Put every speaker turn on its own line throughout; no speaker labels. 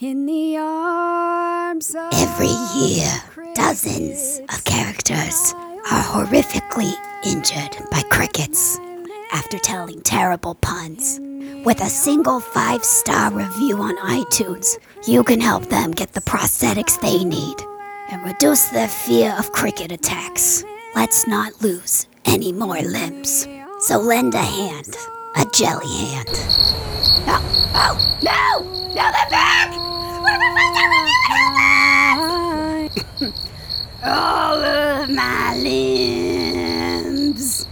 In the arms of
Every year, dozens of characters are horrifically injured by crickets after telling terrible puns. With a single five star review on iTunes, you can help them get the prosthetics they need and reduce their fear of cricket attacks. Let's not lose any more limbs. So lend a hand, a jelly hand. Oh, oh, no! No, they're back! All of my limbs.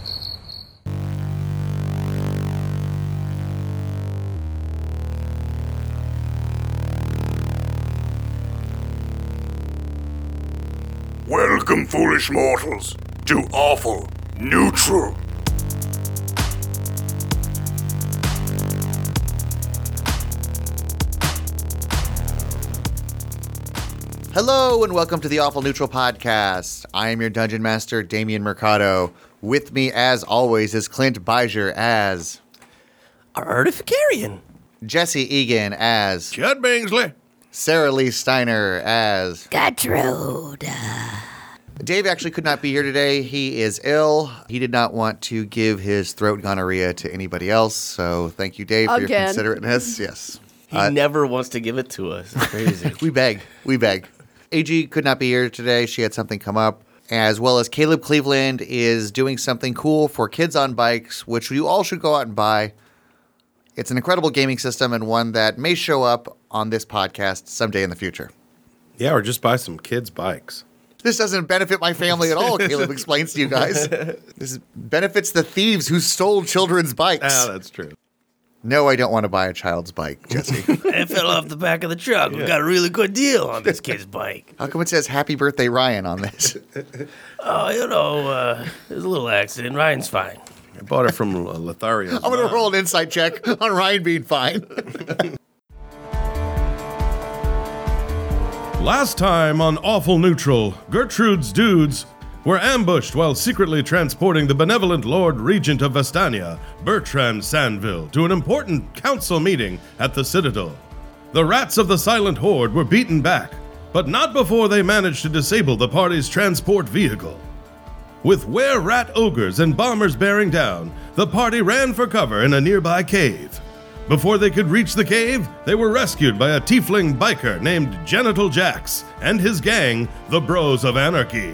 Welcome, foolish mortals, to Awful Neutral.
Hello and welcome to the Awful Neutral Podcast. I am your Dungeon Master, Damian Mercado. With me, as always, is Clint Beiser as
Artificarian.
Jesse Egan as
Judd Bingsley.
Sarah Lee Steiner as
Gertrude.
Dave actually could not be here today. He is ill. He did not want to give his throat gonorrhea to anybody else. So thank you, Dave, for your
Again.
considerateness. Yes.
He never wants to give it to us. It's crazy.
We beg. We beg. AG could not be here today. She had something come up. As well as Caleb Cleveland is doing something cool for kids on bikes, which you all should go out and buy. It's an incredible gaming system and one that may show up on this podcast someday in the future.
Yeah, or just buy some kids' bikes.
This doesn't benefit my family at all, Caleb explains to you guys. This benefits the thieves who stole children's bikes.
Ah, that's true.
no, I don't want to buy a child's bike, Jesse.
it fell off the back of the truck. We got a really good deal on this kid's bike.
How come it says happy birthday, Ryan, on this?
Oh, you know, uh, there's a little accident. Ryan's fine.
I bought it from uh, Lothario.
Oh.
I'm going to roll an insight check on Ryan being fine.
Last time on Awful Neutral, Gertrude's dudes were ambushed while secretly transporting the benevolent Lord Regent of Vestania, Bertram Sanville, to an important council meeting at the Citadel. The rats of the Silent Horde were beaten back, but not before they managed to disable the party's transport vehicle. With were rat ogres and bombers bearing down, the party ran for cover in a nearby cave. Before they could reach the cave, they were rescued by a tiefling biker named Genital Jax and his gang, the Bros of Anarchy.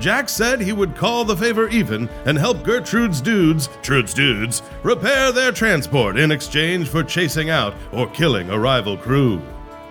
Jack said he would call the favor even and help Gertrude's dudes, Trude's dudes, repair their transport in exchange for chasing out or killing a rival crew.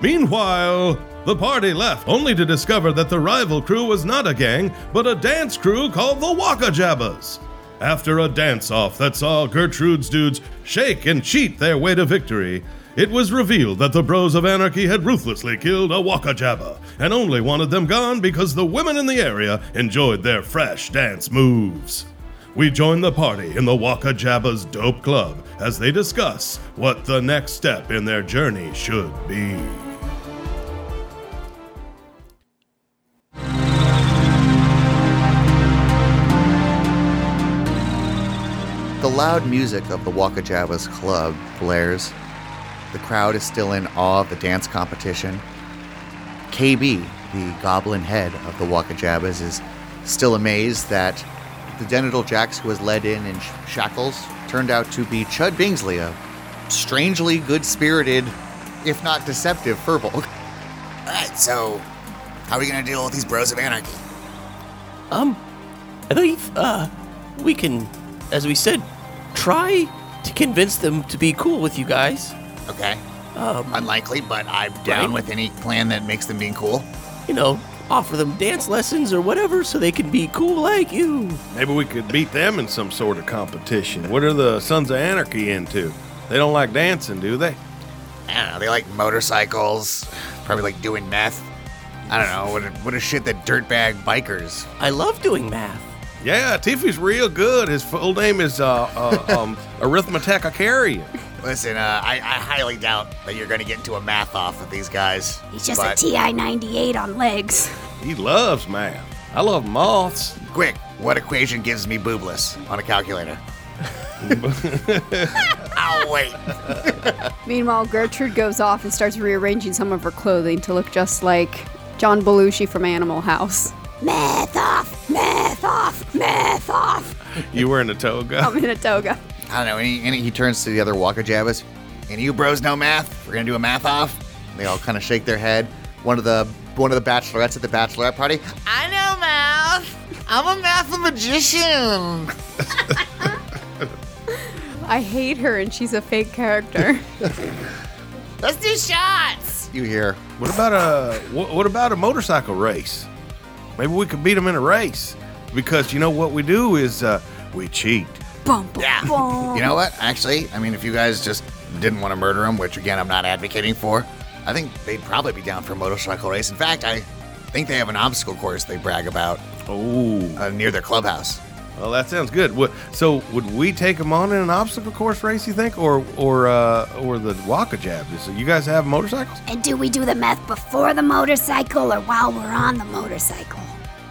Meanwhile, the party left only to discover that the rival crew was not a gang, but a dance crew called the Waka Jabbas. After a dance off that saw Gertrude's dudes shake and cheat their way to victory, it was revealed that the Bros of Anarchy had ruthlessly killed a Waka Jabba and only wanted them gone because the women in the area enjoyed their fresh dance moves. We join the party in the Waka Jabba's Dope Club as they discuss what the next step in their journey should be.
The loud music of the Waka Java's club blares. The crowd is still in awe of the dance competition. KB, the goblin head of the Waka Jabas, is still amazed that the Genital Jax who was led in in sh- shackles turned out to be Chud Bingsley, a strangely good spirited, if not deceptive, furbolg.
Alright, so how are we gonna deal with these bros of anarchy?
Um, I think uh, we can, as we said, try to convince them to be cool with you guys. Um,
Okay. Unlikely, but I'm down
Right.
with any plan that makes them being cool.
You know, offer them dance lessons or whatever so they can be cool like you.
Maybe we could beat them in some sort of competition. What are the Sons of Anarchy into? They don't like dancing, do they?
I don't know, they like motorcycles, probably like doing meth. I don't know, what a, what a shit that dirtbag bikers.
I love doing math.
Yeah, Tiffy's real good. His full name is uh, uh, um, Arithmetacarian.
Listen, uh, I, I highly doubt that you're gonna get into a math off with these guys.
He's just
but
a TI 98 on legs.
He loves math. I love moths.
quick, what equation gives me boobless on a calculator?
I'll wait.
Meanwhile, Gertrude goes off and starts rearranging some of her clothing to look just like John Belushi from Animal House.
Meth off, meth off, meth off.
You were in a toga.
I'm in a toga.
I don't know. And he, and he turns to the other Waka Jabbas. And you bros know math? We're gonna do a math off.
They all kind of shake their head. One of the one of the bachelorettes at the bachelorette party.
I know math. I'm a mathematician.
I hate her and she's a fake character.
Let's do shots.
You hear?
What about a what, what about a motorcycle race? Maybe we could beat them in a race because you know what we do is uh, we cheat.
bum, bum,
Yeah.
bum.
You know what? Actually, I mean, if you guys just didn't want to murder him, which again I'm not advocating for, I think they'd probably be down for a motorcycle race. In fact, I think they have an obstacle course they brag about
Oh,
uh, near their clubhouse.
well, that sounds good. Wha- So, would we take them on in an obstacle course race? You think, or or uh, or the Waka Jab? So you guys have motorcycles?
And do we do the meth before the motorcycle or while we're on the motorcycle?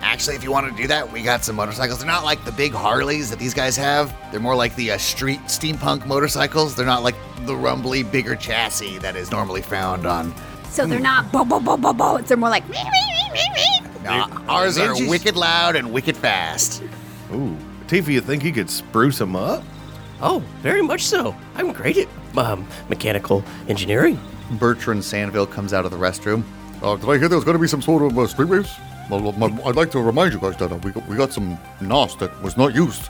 Actually, if you want to do that, we got some motorcycles. They're not like the big Harleys that these guys have. They're more like the uh, street steampunk motorcycles. They're not like the rumbly, bigger chassis that is normally found on.
So they're not bo bo bo bo bo. They're more like. "Wee, wee, wee, wee, wee."
No, uh, ours are
Ninjas?
wicked loud and wicked fast.
Ooh, Tifa, you think you could spruce them up?
Oh, very much so. I'm great at um, mechanical engineering.
Bertrand Sandville comes out of the restroom.
Uh, did I hear there was going to be some sort of uh, street race? Well, uh, my- I'd like to remind you guys that uh, we, got, we got some NOS that was not used.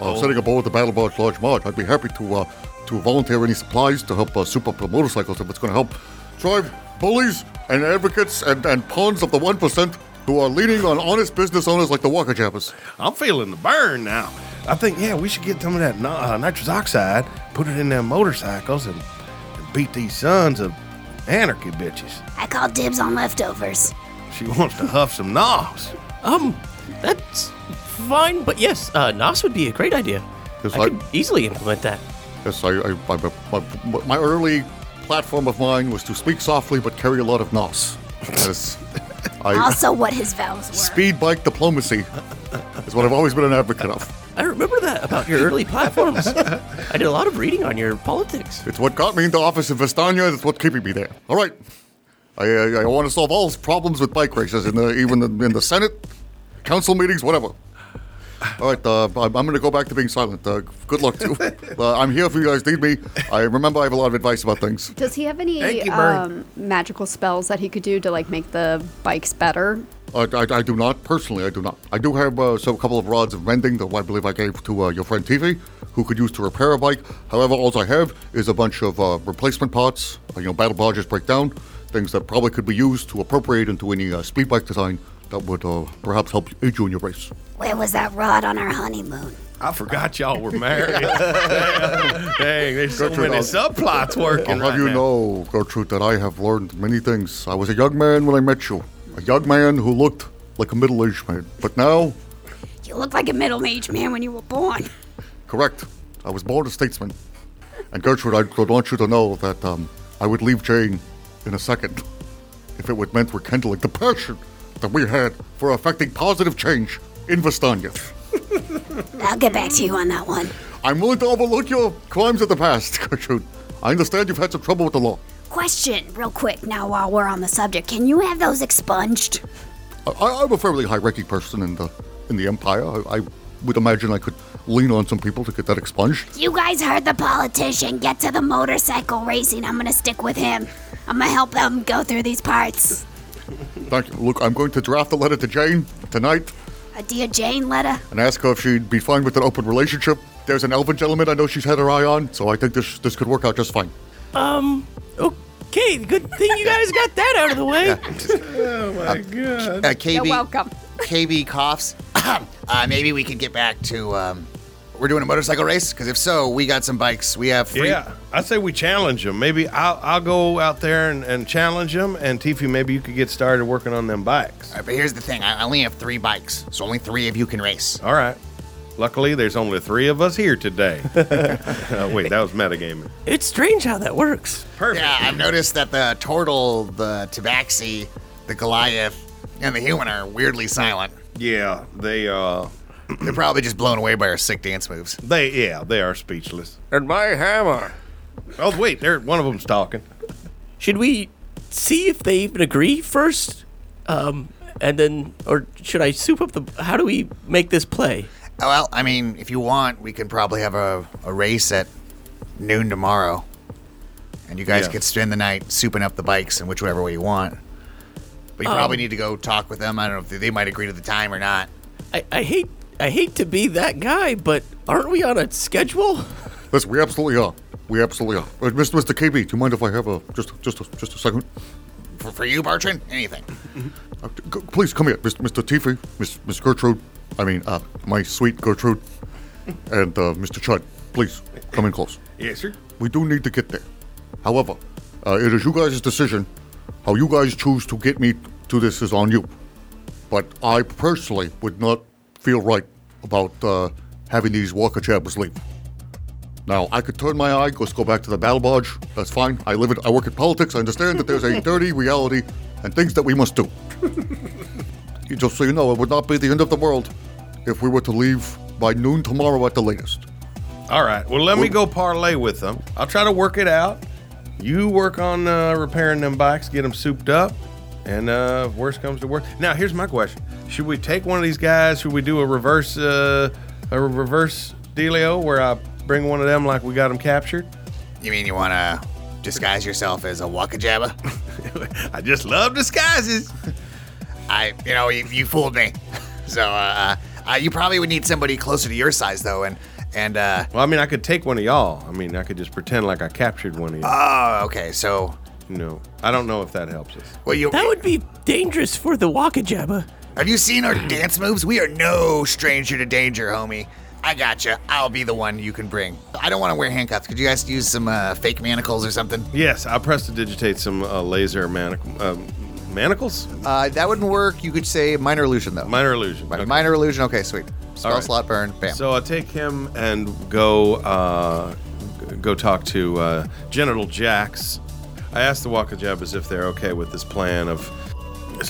Uh, Sitting aboard the Battle Barge Large March, I'd be happy to uh, to volunteer any supplies to help uh, soup up the motorcycles if it's going to help drive bullies and advocates and, and pawns of the 1% who are leaning on honest business owners like the Walker Jabbers.
I'm feeling the burn now. I think, yeah, we should get some of that ni- uh, nitrous oxide, put it in them motorcycles, and, and beat these sons of anarchy bitches.
I call dibs on leftovers.
She wants to huff some knobs.
Um, that's fine, but yes, uh, NOS would be a great idea.
Yes,
I
I-
could easily implement that.
Yes, I, I, I, my, my, my early platform of mine was to speak softly but carry a lot of NOS. That is, I,
Also, what his vows were.
speed bike diplomacy is what I've always been an advocate of.
I remember that about your early platforms. I did a lot of reading on your politics.
It's what got me into office in Vestania. It's what's keeping me there. All right, I, uh, I, I want to solve all problems with bike races in the even in, in the Senate, council meetings, whatever. All right, uh, I'm, I'm going to go back to being silent. Uh, good luck to you. Uh, I'm here if you guys need me. I remember I have a lot of advice about things.
Does he have any
Thank you, Bernie.
um, magical spells that he could do to like make the bikes better?
I, I, I do not personally. I do not. I do have uh, some couple of rods of mending that I believe I gave to uh, your friend TV, who could use to repair a bike. However, all I have is a bunch of uh, replacement parts. uh, You know, battle barges break down, things that probably could be used to appropriate into any uh, speed bike design that would uh, perhaps help aid you in your race.
Where was that rod on our honeymoon?
I forgot y'all were married. Dang, there's so
Gertrude,
many
I'll-
subplots
I'll
working.
have
right
you
now.
know, Gertrude, that I have learned many things. I was a young man when I met you, a young man who looked like a middle-aged man, but now
You looked like a middle-aged man when you were born.
Correct. I was born a statesman. And Gertrude, I would want you to know that um, I would leave Jane in a second if it would meant rekindling the passion that we had for affecting positive change in Vestania.
I'll get back to you on that one.
I'm willing to overlook your crimes of the past, Gertrude. I understand you've had some trouble with the law.
Question, real quick, now while we're on the subject, can you have those expunged?
I- I- I'm a fairly high-ranking person in the in the Empire. I, I would imagine I could lean on some people to get that expunged.
You guys heard the politician. Get to the motorcycle racing. I'm gonna stick with him. I'm gonna help them go through these parts.
Thank you. Look, I'm going to draft a letter to Jane tonight.
A dear Jane letter.
and ask her if she'd be fine with an open relationship. There's an elven gentleman I know she's had her eye on, so I think this this could work out just fine.
Um, Okay, good thing you guys got that out of the way.
Oh
Uh,
You're
KB,
welcome.
KB coughs.
uh, maybe we could get back to. Um, we're doing a motorcycle race because if so, we got some bikes. We have free.
Yeah, I say we challenge them. Maybe I'll, I'll go out there and, and challenge them. And Tiffy, maybe you could get started working on them bikes.
All right, but here's the thing: I I only have three bikes, so only three of you can race.
All right. Luckily, there's only three of us here today. Uh, wait, that was metagaming.
It's strange how that works.
Perfect.
Yeah, I've noticed that the turtle, the tabaxi, the Goliath, and the human are weirdly silent.
Yeah, they uh,
They're probably just blown away by our sick dance moves.
they yeah, they are speechless.
And my hammer.
Oh wait, there one of them's talking.
Should we see if they even agree first? Um, and then, or should I soup up the. How do we make this play?
Oh, well, I mean, if you want, we can probably have a, a race at noon tomorrow. And you guys
Yeah.
could spend the night souping up the bikes in whichever way you want. But you
Um,
probably
Um,
need to go talk with them. I don't know if they, they might agree to the time or not.
I, I hate. I hate to be that guy, but aren't we on a schedule?
Listen, we absolutely are. We absolutely are. Uh, Mr. Mr. KB, do you mind if I have a just just a, just a second?
For, for you, Bartran, anything.
Uh, g- please come here, Mr. Mr. Tiffy, Miss Miss Gertrude. I mean, uh, my sweet Gertrude, and uh, Mr. Chud. Please come in close.
Yes, sir.
We do need to get there. However, uh, it is you guys' decision. How you guys choose to get me to this is on you. But I personally would not feel right about uh, having these Walker Chappers leave. Now, I could turn my eye, just go back to the battle barge. That's fine. I live it. I work in politics. I understand that there's a dirty reality and things that we must do. You- Just so you know, it would not be the end of the world if we were to leave by noon tomorrow at the latest.
All right. Well, let me go parlay with them. I'll try to work it out. You work on uh, repairing them bikes, get them souped up, and uh, if worse comes to worse. Now, here's my question: Should we take one of these guys? Should we do a reverse uh, a re- reverse dealio where I bring one of them like we got them captured?
You mean you want to disguise yourself as a Waka Jabba?
I just love disguises.
I, you know, you, you fooled me. So, uh, uh, you probably would need somebody closer to your size, though. And, and, uh,
Well, I mean, I could take one of y'all. I mean, I could just pretend like I captured one of y'all.
Uh,
oh, okay. So,
you know, I don't know if that helps us.
well, you.
That would be dangerous for the Waka Jabba.
Have you seen our dance moves? We are no stranger to danger, homie. I gotcha. I'll be the one you can bring. I don't want to wear handcuffs. Could you guys use some uh, fake manacles or something?
Yes, I press to digitate some uh, laser manac- uh, manacles,
Uh, that wouldn't work. You could say minor illusion though.
minor illusion.
Minor,
Okay.
minor illusion. Okay, sweet. Spell
right.
slot burn. Bam.
So I take him and go uh, g- go talk to uh, Genital Jacks. I asked the Walker Jabbers if they're okay with this plan of.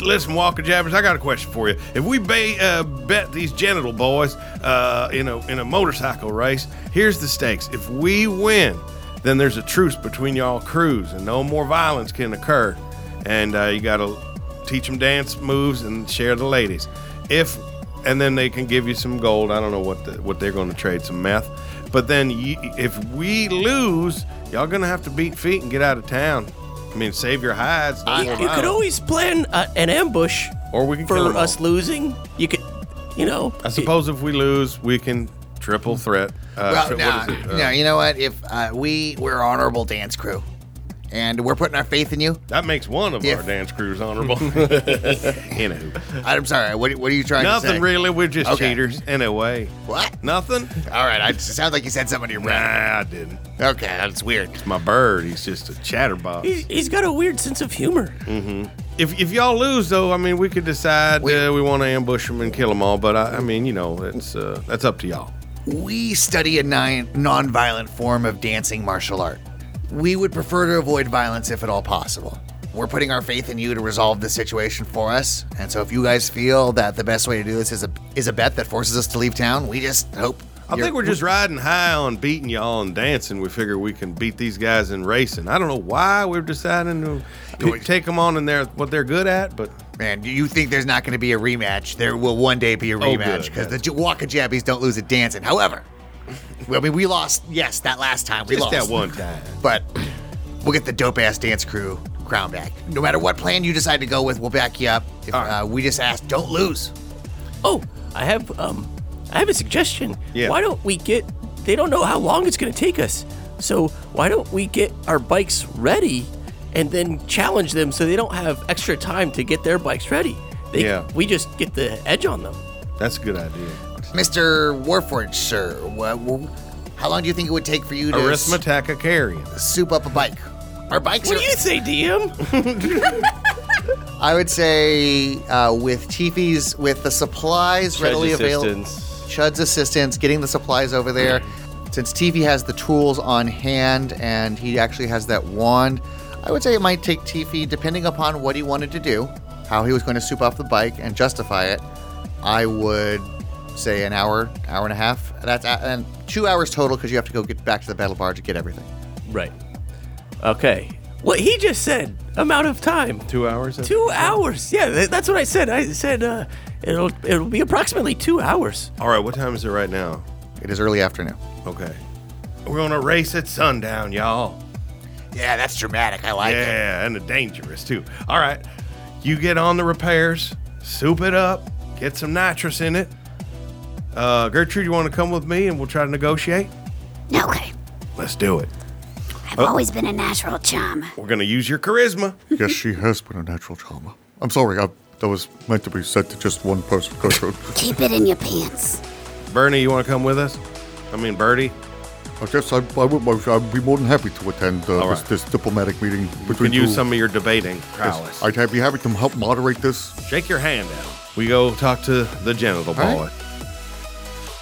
Listen, Walker Jabbers, I got a question for you. If we ba- uh, bet these genital boys uh, in a in a motorcycle race, here's the stakes. If we win, then there's a truce between y'all crews, and no more violence can occur. And uh, you got to teach them dance moves and share the ladies. If and then they can give you some gold. I don't know what the, what they're going to trade some meth, but then y if we lose, y'all gonna have to beat feet and get out of town. I mean, save your hides. no
You-
more
you could
violence.
always plan uh, an ambush
Or we can
for
kill 'em all.
us losing. You could, you know.
I suppose if we lose, we can triple threat. Uh,
well,
tri-
no,
what is it? Uh,
no. You know what? If uh, we we're an honorable dance crew, and we're putting our faith in you.
That makes one of
Yeah.
our dance crews honorable. Anywho,
I'm sorry. What, what are you trying to say?
nothing really. We're just
Okay.
cheaters in a way.
What?
Nothing.
All right. I, it sounds like you said something to your brother.
Nah, I didn't.
Okay, that's weird.
My bird, he's just a chatterbox.
He's, he's got a weird sense of humor.
Mm-hmm. If, if y'all lose, though, I mean, we could decide we, uh, we want to ambush them and kill them all. But I, I mean, you know, it's uh, that's up to y'all.
We study a non nonviolent form of dancing martial art. We would prefer to avoid violence if at all possible. We're putting our faith in you to resolve the situation for us. And so if you guys feel that the best way to do this is a is a bet that forces us to leave town, we just hope
I
you're-
think we're just riding high on beating y'all and dancing. We figure we can beat these guys in racing. I don't know why we're deciding to
Do it.
take them on in there what they're good at, but
man, do you think there's not going to be a rematch? There will one day be a
Oh, good,
rematch because
yes.
the Waka Jabbies don't lose at dancing. However, I mean we lost yes that last time we
just
lost
that one time.
but we'll get the dope ass dance crew crown back. No matter what plan you decide to go with, we'll back you up. If, uh, we just ask, don't lose.
Oh, I have um, I have a suggestion.
Yeah.
Why don't we get? They don't know how long it's going to take us, so why don't we get our bikes ready, and then challenge them so they don't have extra time to get their bikes ready. They,
Yeah.
We just get the edge on them.
That's a good idea.
Mr. Warforge, sir, wha- wha- how long do you think it would take for you to s-
Arithmetica carrying.
soup up a bike? Our bikes
What
are.
do you say, DM?
I would say uh, with Tiffy's, with the supplies readily available, Chud's assistance, getting the supplies over there. Since Tiffy has the tools on hand and he actually has that wand, I would say it might take Tiffy, depending upon what he wanted to do, how he was going to soup off the bike and justify it. I would say uh, an hour, hour and a half. That's and two hours total because you have to go get back to the battle bar to get everything.
Right. Okay. What he just said, amount of time.
Two hours? I
Two hours. Yeah, tha- that's what I said. I said uh, it'll it'll be approximately two hours.
All right, what time is it right now?
It is early afternoon.
Okay. We're gonna race at sundown, y'all.
Yeah, that's dramatic. I like it.
Yeah, and dangerous too. All right, you get on the repairs, soup it up, get some nitrous in it. Uh, Gertrude, you want to come with me and we'll try to negotiate?
Okay,
Let's do it.
I've always been a natural chum.
Oh. We're gonna use your charisma.
yes, she has been a natural charmer. I'm sorry, I, that was meant to be said to just one person, Gertrude.
Keep it in your pants.
Bernie, you want to come with us? I mean, Bertie.
I guess I, I would, I'd be more than happy to attend uh,
All
this,
right.
this diplomatic meeting
You
between
can use
two-
some of your debating
Yes,
prowess.
I'd have- be happy to help moderate this.
Shake your hand out. We go talk to the
Oh,
genital
All
boy.
right.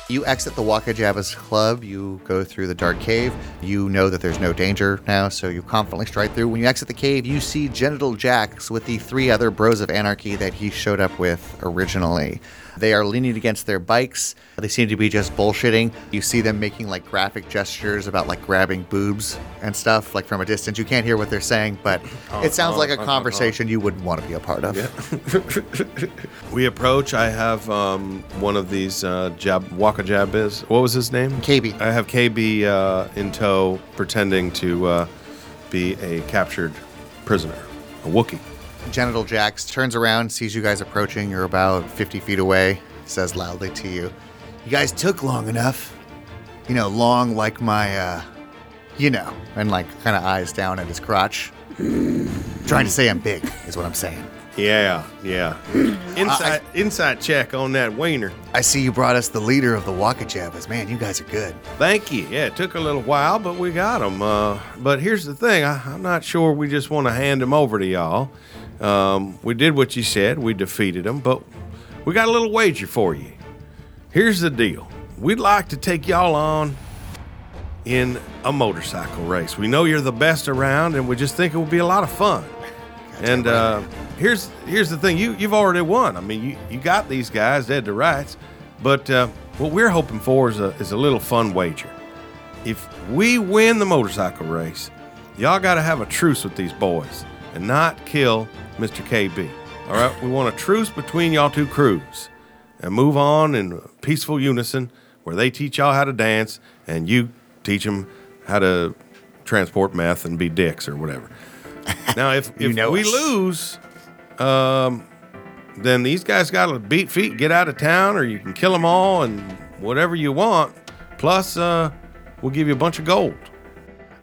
You exit the Waka Jabba's club, you go through the dark cave, you know that there's no danger now, so you confidently stride through. When you exit the cave, you see Genital Jax with the three other bros of anarchy that he showed up with originally. They are leaning against their bikes. They seem to be just bullshitting. You see them making like graphic gestures about like grabbing boobs and stuff, like from a distance. You can't hear what they're saying, but it sounds like a conversation you wouldn't want to be a part of.
We approach. I have um, one of these uh, Jab Waka Jab is. What was his name?
KB.
I have KB uh, in tow, pretending to uh, be a captured prisoner, a Wookiee.
Genital Jax turns around, sees you guys approaching. You're about 50 feet away, says loudly to you,
You guys took long enough.
you know, long like my, uh, you know, and like kind of eyes down at his crotch. Trying to say I'm big is what I'm saying.
Yeah, yeah. Insight, insight check on that wiener.
I see you brought us the leader of the Waka Jabbas. Man, you guys are good.
Thank you. Yeah, it took a little while, but we got him. Uh, but here's the thing I, I'm not sure we just want to hand him over to y'all. Um, we did what you said, we defeated him, but we got a little wager for you. Here's the deal we'd like to take y'all on in a motorcycle race. We know you're the best around, and we just think it would be a lot of fun. And uh, here's here's the thing you you've already won. I mean, you, you got these guys dead to rights, but uh, what we're hoping for is a is a little fun wager. If we win the motorcycle race, y'all got to have a truce with these boys and not kill Mr. KB. All right, we want a truce between y'all two crews and move on in peaceful unison where they teach y'all how to dance and you teach them how to transport meth and be dicks or whatever. Now, if, if
know
we
us.
lose, um, then these guys got to beat feet, get out of town, or you can kill them all and whatever you want. Plus, uh, we'll give you a bunch of gold.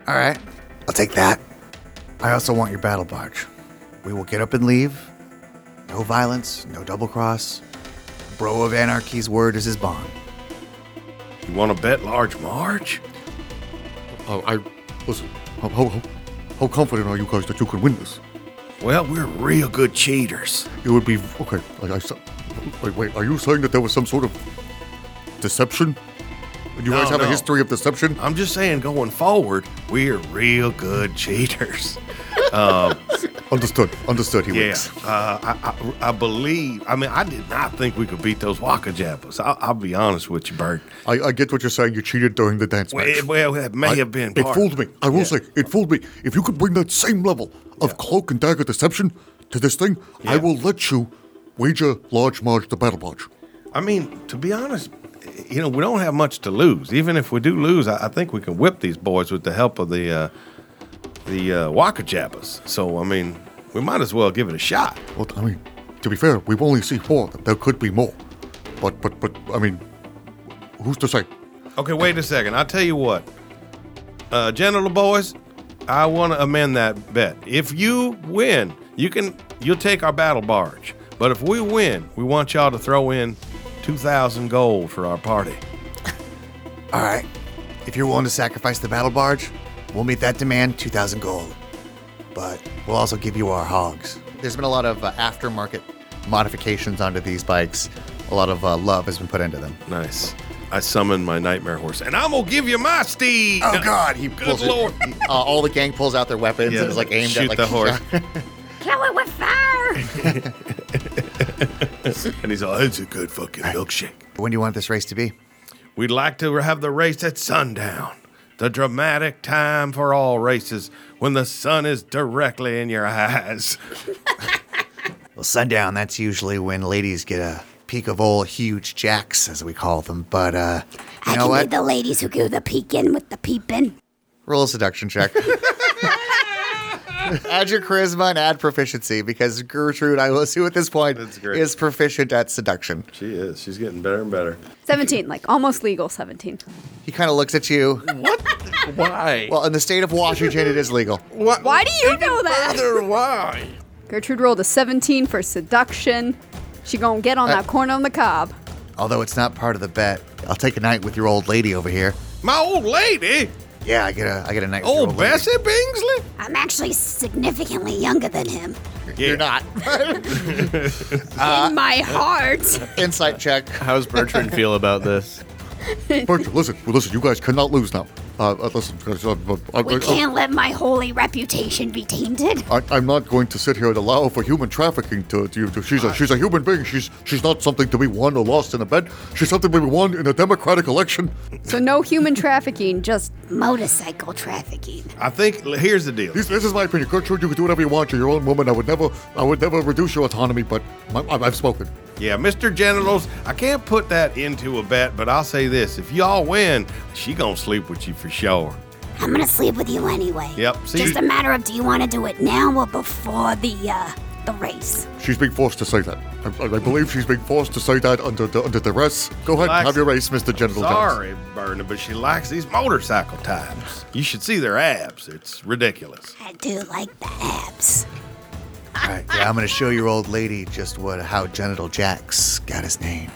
All right, I'll take that. I also want your battle barge. We will get up and leave. No violence, no double cross. Bro of Anarchy's word is his bond.
You want to bet large march?
Uh, I listen. How, how, how- how confident are you guys that you can win this?
Well, we're real good cheaters.
It would be okay. Like I said, wait, wait. Are you saying that there was some sort of deception? Do you
No,
guys have
no.
a history of deception?
I'm just saying, going forward, we're real good cheaters. Uh,
Understood. Understood. He
Yeah,
winks.
uh, I, I, I believe. I mean, I did not think we could beat those Waka Jabas. I'll, I'll be honest with you, Bert.
I, I get what you're saying. You cheated during the dance
Well,
match.
it- well, that may
I-
have been.
It
part-
fooled me. I will
Yeah.
say, it fooled me. If you could bring that same level of cloak and dagger deception to this thing, I
Yeah.
will let you wager large marge the battle barge.
I mean, to be honest, you know, we don't have much to lose. Even if we do lose, I, I think we can whip these boys with the help of the uh, the uh, Waka Jabas. So, I mean, we might as well give it a shot.
Well, I mean, to be fair, we've only seen four of them. There could be more. But, but, but, I mean, who's to say?
Okay, wait a second. I'll tell you what. Uh, genital boys, I want to amend that bet. If you win, you can you'll take our battle barge. But if we win, we want y'all to throw in 2000 gold for our party.
All right. If you're willing to sacrifice the battle barge, we'll meet that demand 2,000 gold. But we'll also give you our hogs.
There's been a lot of uh, aftermarket modifications onto these bikes. A lot of uh, love has been put into them.
Nice. I summoned my nightmare horse and I'm going to give you my steed.
Oh, God, he
Good
pulls it.
lord.
Uh, all the gang pulls out their weapons and is like aimed
shoot
at like
the horse.
Kill it with fire!
and he's like, it's a good fucking milkshake.
When do you want this race to be?
We'd like to have the race at sundown. the dramatic time for all races when the sun is directly in your eyes.
Well, sundown, that's usually when ladies get a peek of old huge jacks, as we call them. But, uh, you
I
know
can be
what?
the ladies who go the peek in with the peepin.
Roll a seduction check. add your charisma and add proficiency because Gertrude, I will assume at this point,
That's great.
is proficient at seduction.
she is. She's getting better and better.
17, like almost legal 17.
He kind of looks at you.
Why?
Well, in the state of Washington, it is legal.
Why do you know that?
why?
Gertrude rolled a 17 for seduction. She gonna get
Uh,
on that corn on the cob.
Although it's not part of the bet.
I'll take a night with your old lady over here.
My old lady,
Yeah, I get a, I get a night
Oh,
with your
old
old lady.
Bessie Bingsley.
I'm actually significantly younger than him.
You're
Not.
Uh,
In my heart.
Insight check.
How's Bertrand feel about this?
Bertrand, listen, well, listen, you guys cannot lose now. Uh, uh, listen, guys, I'm,
Oh,
I'm,
We
I'm-
can't let my holy reputation be tainted.
I, I'm not going to sit here and allow for human trafficking to, to, to she's a she's a human being. She's she's not something to be won or lost in a bet. She's something to be won in a democratic election.
So no human trafficking, just
Motorcycle trafficking.
I think here's the deal.
This, this is my opinion. Gertrude, you can do whatever you want. You're your own woman. I would never I would never reduce your autonomy, but my, I, I've spoken.
Yeah, Mr. Genitals, I can't put that into a bet, but I'll say this: if y'all win, she gonna sleep with you for sure.
I'm gonna sleep with you anyway.
Yep, see-
Just a matter of do you want to do it now or before the uh, the race?
She's being forced to say that. I, I believe she's being forced to say that under the, under duress. Go ahead,
Relax.
have your race, Mister General. Jones.
Sorry, Berna, but she likes these motorcycle types. You should see their abs; it's ridiculous.
I do like the abs.
All right, yeah, I'm going to show your old lady just what how Genital Jack's got his name.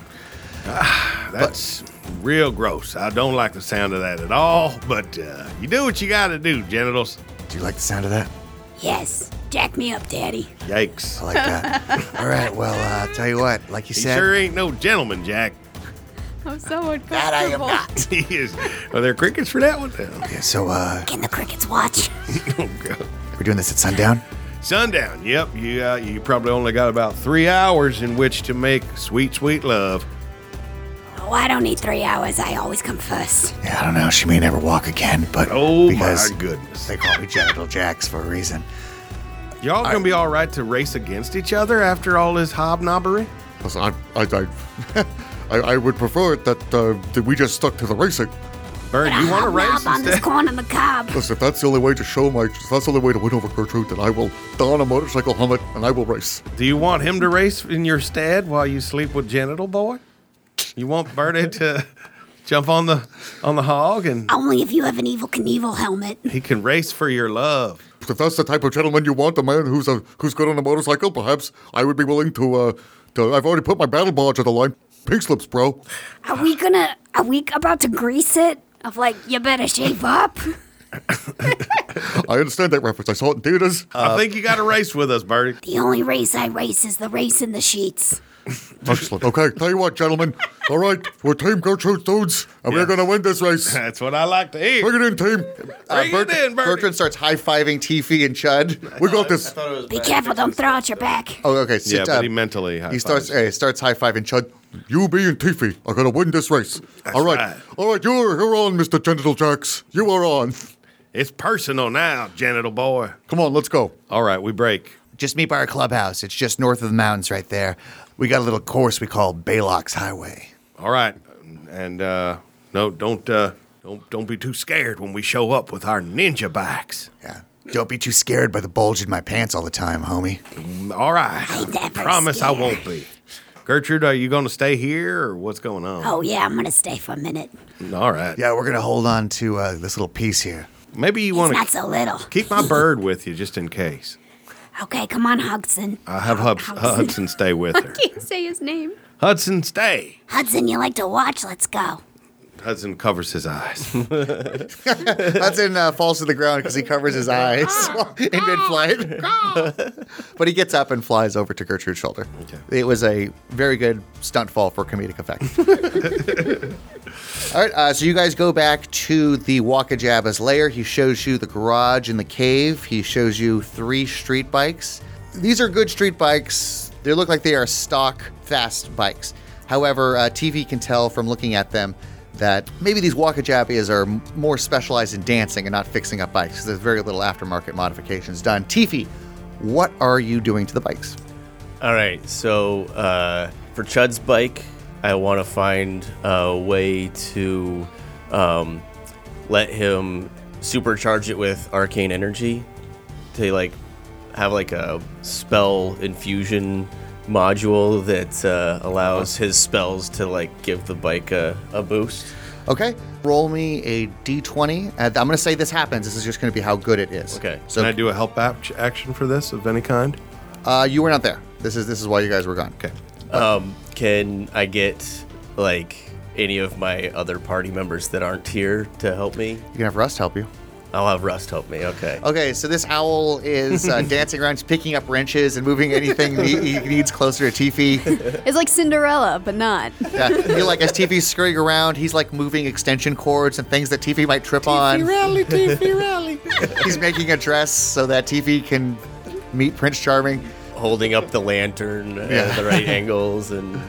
Ah, That's real gross. I don't like the sound of that at all. But uh, you do what you gotta do, Genitals.
Do you like the sound of that?
Yes. Jack me up, daddy.
I
Yikes!
like that. All right, well, uh, tell you what, like you
He
said,
sure ain't no gentleman, Jack.
I'm so uncomfortable.
that I am not.
he is. Are there crickets for that one? No.
Yeah, so uh,
Can the crickets watch?
Oh, God.
we're doing this at sundown.
Sundown. Yep, you uh, you probably only got about three hours in which to make sweet, sweet love.
Oh, I don't need three hours. I always come first.
Yeah, I don't know. She may never walk again, but
Oh
because
my goodness!
they call me Genital Jacks for a reason.
Y'all gonna be all right to race against each other after all this hobnobbery?
Listen, I, I, I, I, I would prefer it that, uh, that we just stuck to the racing.
Bern,
But
you want to
hobnob
race
on this
instead?
corn on the cob?
Listen, if that's the only way to show my, if that's the only way to win over Gertrude, then I will don a motorcycle helmet and I will race.
Do you want him to race in your stead while you sleep with Genital Boy? You want Bernie to jump on the on the hog and
Only if you have an evil Knievel helmet.
he can race for your love?
If that's the type of gentleman you want, a man who's a, who's good on a motorcycle, perhaps I would be willing to. Uh, to I've already put my battle barge on the line. Pink slips, bro.
Are we gonna? Are we about to grease it? Of like, you better shave up.
I understand that reference. I saw it in theaters.
Uh, I think you got to race with us, Bernie.
The only race I race is the race in the sheets.
Excellent. Okay, tell you what, gentlemen. All right, we're Team Gertrude dudes, and we're
Yeah.
gonna win this race.
That's what I like to eat.
Bring it in, team.
Bring it in, Bernie.
Bertrand starts high fiving Tiffy and Chud.
We got this.
Be careful, don't throw out your back.
Oh, okay. Sit
Yeah,
up.
but he mentally
He
high-fives.
starts uh, starts high fiving Chud.
You, me, and Tiffy are gonna win this race. all right,
right.
all right. You're you're on, Mister Genital Jacks. You are on.
It's personal now, Genital oh Boy.
Come on, let's go.
All right, we break.
Just meet by our clubhouse. It's just north of the mountains, right there. We got a little course we call Baylock's Highway.
All right, and uh, no, don't uh, don't don't be too scared when we show up with our ninja bikes.
Yeah. Don't be too scared by the bulge in my pants all the time, homie.
All right,
I never
promise I
scared.
won't be. Gertrude, are you going to stay here or what's going on?
Oh yeah, I'm gonna stay for a minute.
All right,
Yeah, we're gonna hold on to uh, this little piece here.
maybe you
It's
want
not
to
so little.
keep my bird with you just in case.
Okay, come on, Hudson.
I have Hubs,
Hudson.
Hudson stay with her.
Can't say his name.
Hudson, stay.
Hudson, you like to watch? Let's go.
Hudson covers his eyes.
Hudson uh, falls to the ground because he covers his eyes in mid flight. but he gets up and flies over to Gertrude's shoulder. It was a very good stunt fall for comedic effect. All right, uh, so you guys go back to the Wakajaba's lair. He shows you the garage and the cave. He shows you three street bikes. These are good street bikes. They look like they are stock fast bikes. However, uh, TV can tell from looking at them that maybe these Wakajabias are m- more specialized in dancing and not fixing up bikes because there's very little aftermarket modifications done. Tifi, what are you doing to the bikes?
All right, so uh, for Chud's bike, I want to find a way to um, let him supercharge it with arcane energy to like have like a spell infusion module that uh, allows his spells to like give the bike a, a boost.
Okay, roll me a d20. Uh, I'm going to say this happens. This is just going to be how good it is.
Okay.
So
Can I do a help act- action for this of any kind?
uh, you were not there. This is this is why you guys were gone.
Okay.
Um, can I get like any of my other party members that aren't here to help me?
You can have Rust help you.
I'll have Rust help me. Okay.
Okay, so this owl is uh, dancing around, just picking up wrenches and moving anything he, he needs closer to Tifi.
It's like Cinderella, but not.
Yeah, he, like as Tifi's scurrying around, he's like moving extension cords and things that Tifi might trip on.
Rally, Tiffy, rally.
He's making a dress so that Tifi can meet Prince Charming.
Holding up the lantern
Yeah.
at the right angles and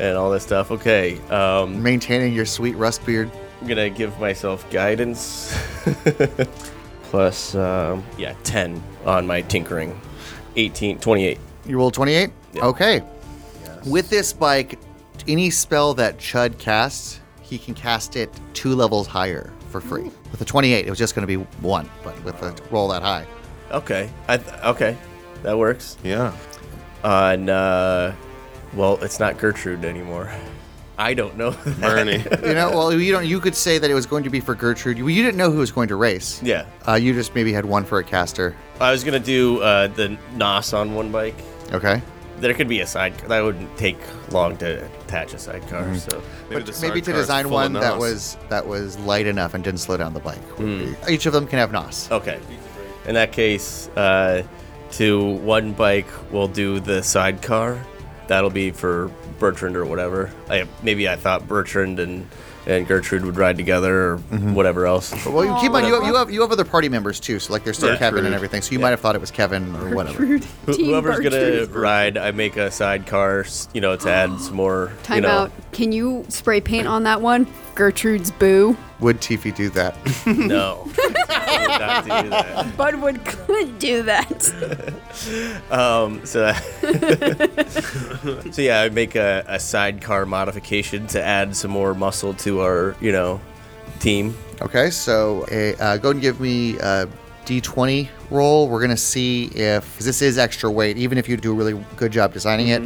and all this stuff. Okay. Um,
maintaining your sweet rust beard.
I'm gonna give myself guidance. Plus, um, yeah, 10 on my tinkering. 18, 28.
You roll 28?
Yeah.
Okay. With this bike, any spell that Chud casts, he can cast it two levels higher for free. With a 28, it was just going to be one, but with a roll that high.
Okay. I th- okay. That works.
Yeah.
On, uh, well, it's not Gertrude anymore. I don't know.
Bernie.
You know, well, you don't. You could say that it was going to be for Gertrude. You, you didn't know who was going to race.
yeah.
Uh, you just maybe had one for a caster.
I was gonna do uh, the nos on one bike.
Okay.
There could be a sidecar. That wouldn't take long to attach a sidecar. So
Maybe, the
Mm-hmm. Maybe to
sidecar's
design
full
one
of
that
nos.
was that was light enough and didn't slow down the bike. would be- Each of them can have nos.
Mm. okay. In that case, uh, to one bike we'll do the sidecar. That'll be for Bertrand or whatever. I, maybe I thought Bertrand and, and Gertrude would ride together or whatever else.
Mm-hmm. Well, you keep in mind you have, you have you have other party members too. So like there's still
Yeah.
Kevin and everything. So you might have thought it was Kevin or whatever.
Rude.
Who-
Team
Whoever's gonna
Gertrude.
ride, I make a sidecar. s- You know, to add some more.
Time
you know,
out. Can you spray paint on that one? Gertrude's boo.
Would Tiffy do that?
No. I would not do that.
Bud would do that.
Um, so, so yeah, I make a, a sidecar modification to add some more muscle to our, you know, team.
okay, so eh, uh, go and give me a D20 roll. We're gonna see if 'cause this is extra weight. Even if you do a really good job designing it,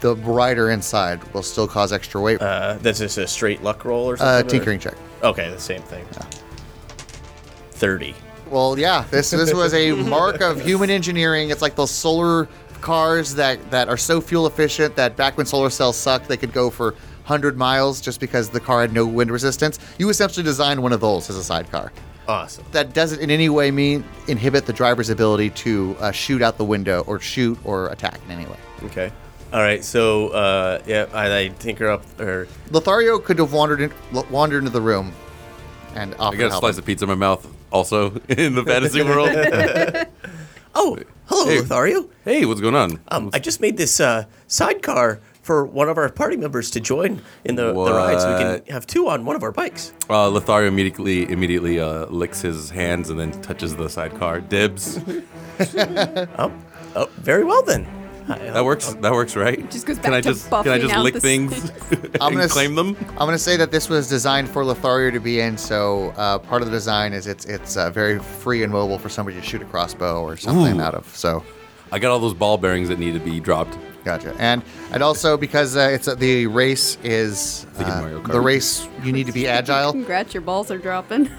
the rider inside will still cause extra weight. Uh,
Uh, that's just a straight luck roll or something. or-
tinkering check.
Okay, the same thing. Thirty.
Well, yeah, this this was a mark of human engineering. It's like those solar cars that that are so fuel efficient that back when solar cells sucked, they could go for 100 miles just because the car had no wind resistance. You essentially designed one of those as a sidecar.
Awesome.
That doesn't in any way mean inhibit the driver's ability to uh, shoot out the window or shoot or attack in any way.
Okay. All right. So uh, yeah, I, I tinker up or
Lothario could have wandered in, wandered into the room and
I
offered
got a
help.
slice of pizza in my mouth. Also in the fantasy world.
Oh, hello, Lothario.
hey, what's going on?
Um, I just made this uh, sidecar for one of our party members to join in the, the ride, so we
What?
can have two on one of our bikes.
Uh, Lothario immediately immediately uh, licks his hands and then touches the sidecar. Dibs.
Oh, very well then. I,
That works. That works, right?
Just goes
can
back
I
to
just can I
buffing
just
out
lick
the
things
I'm
and
gonna
claim
s-
them?
I'm gonna say that this was designed for Lothario to be in, so uh, part of the design is it's it's uh, very free and mobile for somebody to shoot a crossbow or something
Ooh.
out of. So,
I got all those ball bearings that need to be dropped.
gotcha. And and also because uh, it's uh, the race is
Thinking
uh,
Mario Kart.
the race, you need to be agile.
Congrats, your balls are dropping.
You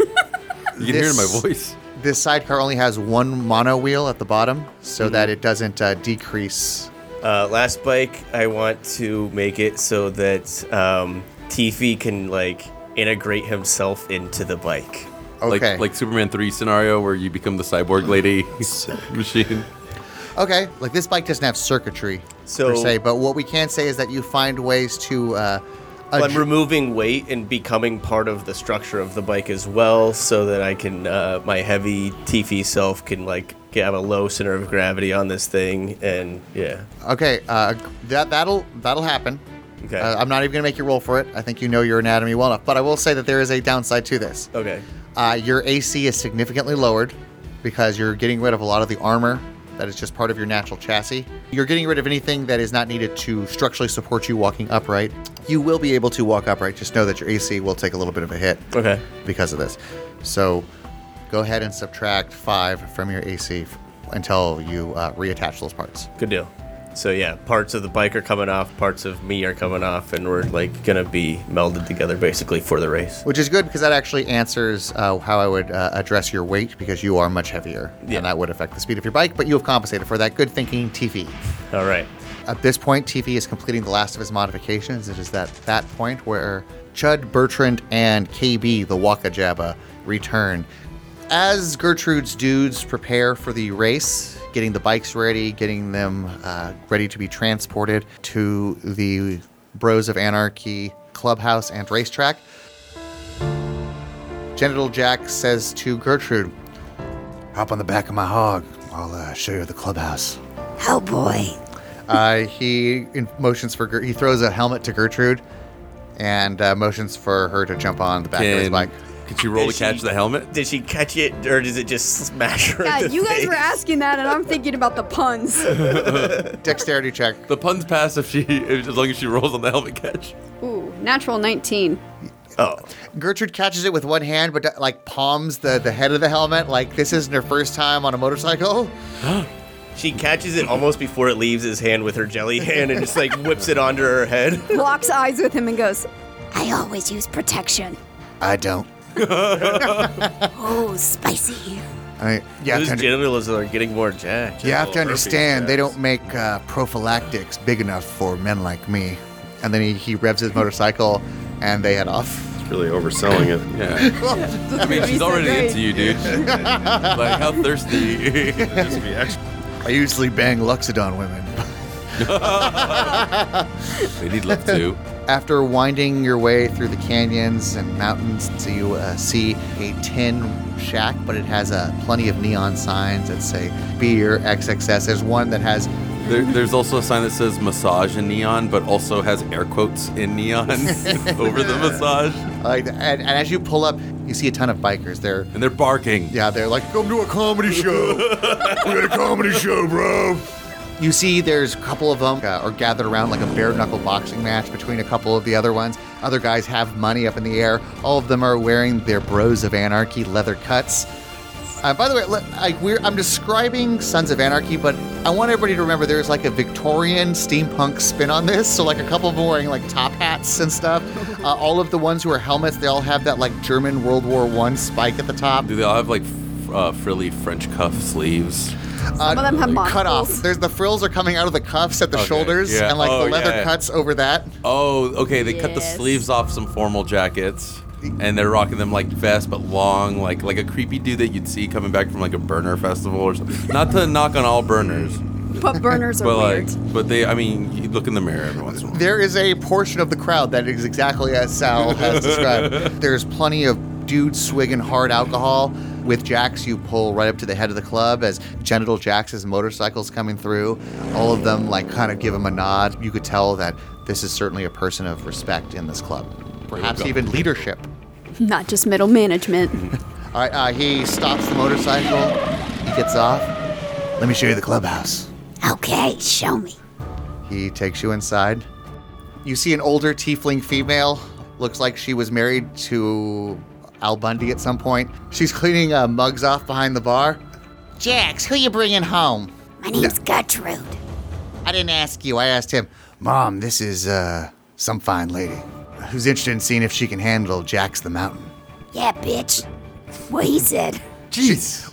can hear it in
This-
my voice.
This sidecar only has one mono wheel at the bottom, so
Mm-hmm.
that it doesn't uh, decrease.
Uh, last bike, I want to make it so that um, Tiffy can like integrate himself into the bike.
Okay.
Like like Superman three scenario where you become the cyborg lady machine.
Okay, like this bike doesn't have circuitry
So-
per se, but what we can say is that you find ways to. Uh,
Well, I'm
adju-
removing weight and becoming part of the structure of the bike as well, so that I can uh, my heavy Tiffy self can like have a low center of gravity on this thing, and yeah,
Okay, uh, that that'll that'll happen.
Okay.
Uh, I'm not even going to make you roll for it. I think you know your anatomy well enough. But I will say that there is a downside to this.
Okay.
Uh, your AC is significantly lowered because you're getting rid of a lot of the armor that is just part of your natural chassis. You're getting rid of anything that is not needed to structurally support you walking upright. You will be able to walk upright. Just know that your AC will take a little bit of a hit
Okay.
because of this. So go ahead and subtract five from your AC f- until you uh, reattach those parts.
Good deal. So yeah, parts of the bike are coming off, parts of me are coming off, and we're like gonna be melded together basically for the race.
Which is good because that actually answers uh, how I would uh, address your weight because you are much heavier.
Yeah.
And that would affect the speed of your bike, but you have compensated for that. Good thinking, TV.
All right.
At this point, TV is completing the last of his modifications. It is at that point where Chud, Bertrand, and KB, the Waka Jabba, return. As Gertrude's dudes prepare for the race, getting the bikes ready, getting them uh, ready to be transported to the Bros of Anarchy clubhouse and racetrack, Genital Jack says to Gertrude,
Hop on the back of my hog. I'll uh, show you the clubhouse.
Oh boy.
Uh, he in- motions for Ger- he throws a helmet to Gertrude, and uh, motions for her to jump on the back of his bike.
Can, could you roll
Is
to catch
she-
the helmet?
Did she catch it, or does it just smash her? in
God,
the
you guys
face?
were asking that, and I'm thinking about the puns.
Dexterity check.
The puns pass if she, if, as long as she rolls on the helmet catch.
Ooh, natural 19.
Oh,
Gertrude catches it with one hand, but uh, like palms the the head of the helmet. Like this isn't her first time on a motorcycle.
she catches it almost before it leaves his hand with her jelly hand, and just like whips it onto her head.
Locks eyes with him and goes,
I always use protection.
I don't.
Oh, spicy.
I, you have
Those
to, under-
genitals are getting more jacked.
you have to
herpes
understand, they
jabs.
don't make uh, prophylactics big enough for men like me.
And then he, he revs his motorcycle, and they head off.
It's really overselling it.
Yeah. I mean, she's already
great.
into you, dude. like, how thirsty.
Just be extra.
I usually bang Luxodon women.
they need love too.
After winding your way through the canyons and mountains, so you uh, see a tin shack, but it has uh, plenty of neon signs that say beer XXS. There's one that has
There, there's also a sign that says massage in neon, but also has air quotes in neon over the massage.
Like, and, and as you pull up, you see a ton of bikers. They're
And they're barking.
yeah, they're like
Come to a comedy show. we got a comedy show, bro.
you see. There's a couple of them uh, are gathered around like a bare knuckle boxing match between a couple of the other ones. Other guys have money up in the air. All of them are wearing their Bros of Anarchy leather cuts. Uh, by the way, le- like we're, I'm describing Sons of Anarchy, but I want everybody to remember there's like a Victorian steampunk spin on this. So like a couple of them wearing like top hats and stuff. Uh, all of the ones who are helmets, they all have that like German World War One spike at the top.
Do they all have like f- uh, frilly French cuff sleeves?
Some of them have monocles.
Uh, cut off. There's the frills are coming out of the cuffs at the
Okay,
shoulders,
yeah.
and like
Oh,
the leather
yeah.
cuts over that.
Oh, okay. They cut the
Yes.
sleeves off some formal jackets, and they're rocking them like vests, but long, like like a creepy dude that you'd see coming back from like a burner festival or something. Not to knock on all burners,
But burners are
but
weird.
like, but they. I mean, you look in the mirror every once in a while.
There is a portion of the crowd that is exactly as Sal has described. There's plenty of dudes swigging hard alcohol. With Jax, you pull right up to the head of the club as Genital Jax's motorcycle's coming through. All of them like kind of give him a nod. You could tell that this is certainly a person of respect in this club, perhaps even leadership.
Not just middle management.
All right, uh, he stops the motorcycle. He gets off.
Let me show you the clubhouse.
Okay, show me.
He takes you inside. You see an older tiefling female. Looks like she was married to Al Bundy at some point. She's cleaning uh, mugs off behind the bar. Jax, who you bringing home?
My name's Gertrude.
I didn't ask you. I asked him.
Mom, this is uh, some fine lady who's interested in seeing if she can handle Jax the Mountain.
Yeah, bitch. What he said.
Jeez.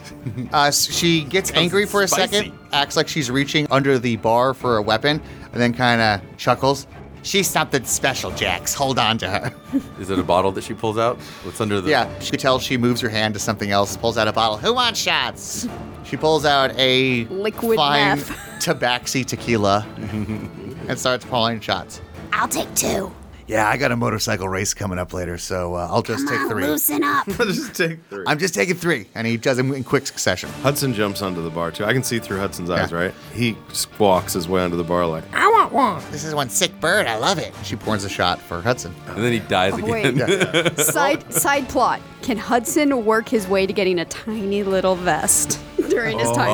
Uh, s- she gets angry for a second, acts like she's reaching under the bar for a weapon, and then kind of chuckles. She's something special, Jax. Hold on to her.
Is it a bottle that she pulls out? What's under the?
Yeah, she could tell she moves her hand to something else, pulls out a bottle. Who wants shots? She pulls out a
Liquid
fine
meth.
tabaxi tequila and starts pulling shots.
I'll take two.
Yeah, I got a motorcycle race coming up later, so uh, I'll just
Come
take
on,
three.
loosen up.
Just take three.
I'm just taking three, and he does them in quick succession.
Hudson jumps onto the bar too. I can see through Hudson's eyes,
Yeah.
right? He squawks his way onto the bar like,
I want
Whoa, this is one sick bird. I love it.
She pours a shot for Hudson.
And then he dies
Oh,
again.
wait. Side side plot. Can Hudson work his way to getting a tiny little vest
Oh.
during his time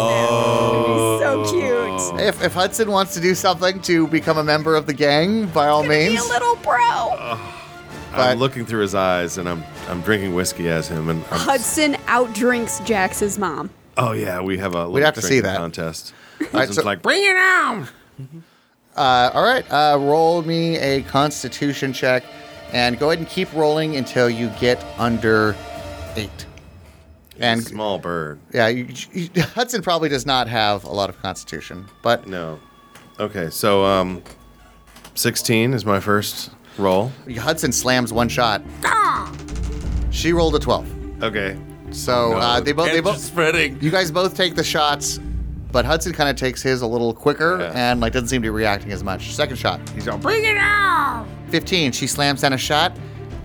there? It'd be so cute.
Oh. If, if Hudson wants to do something to become a member of the gang, by all
Be
means.
a little
Uh,
bro.
I'm looking through his eyes and I'm I'm drinking whiskey as him and I'm,
Hudson outdrinks Jax's mom.
oh yeah, we have a
We'd have to see that.
contest.
right,
It's
so-
like bring it on.
Uh, all right, uh, roll me a constitution check and go ahead and keep rolling until you get under eight. And
small bird.
yeah, you, you, Hudson probably does not have a lot of constitution, but
No. Okay, so um, 16 is my first roll.
Hudson slams one shot. She rolled a 12.
Okay.
So uh, they both, they
And
both,
just spreading.
you guys both take the shots, but Hudson kind of takes his a little quicker
Yeah.
and like doesn't seem to be reacting as much. Second shot, he's going bring it on. Fifteen, she slams down a shot.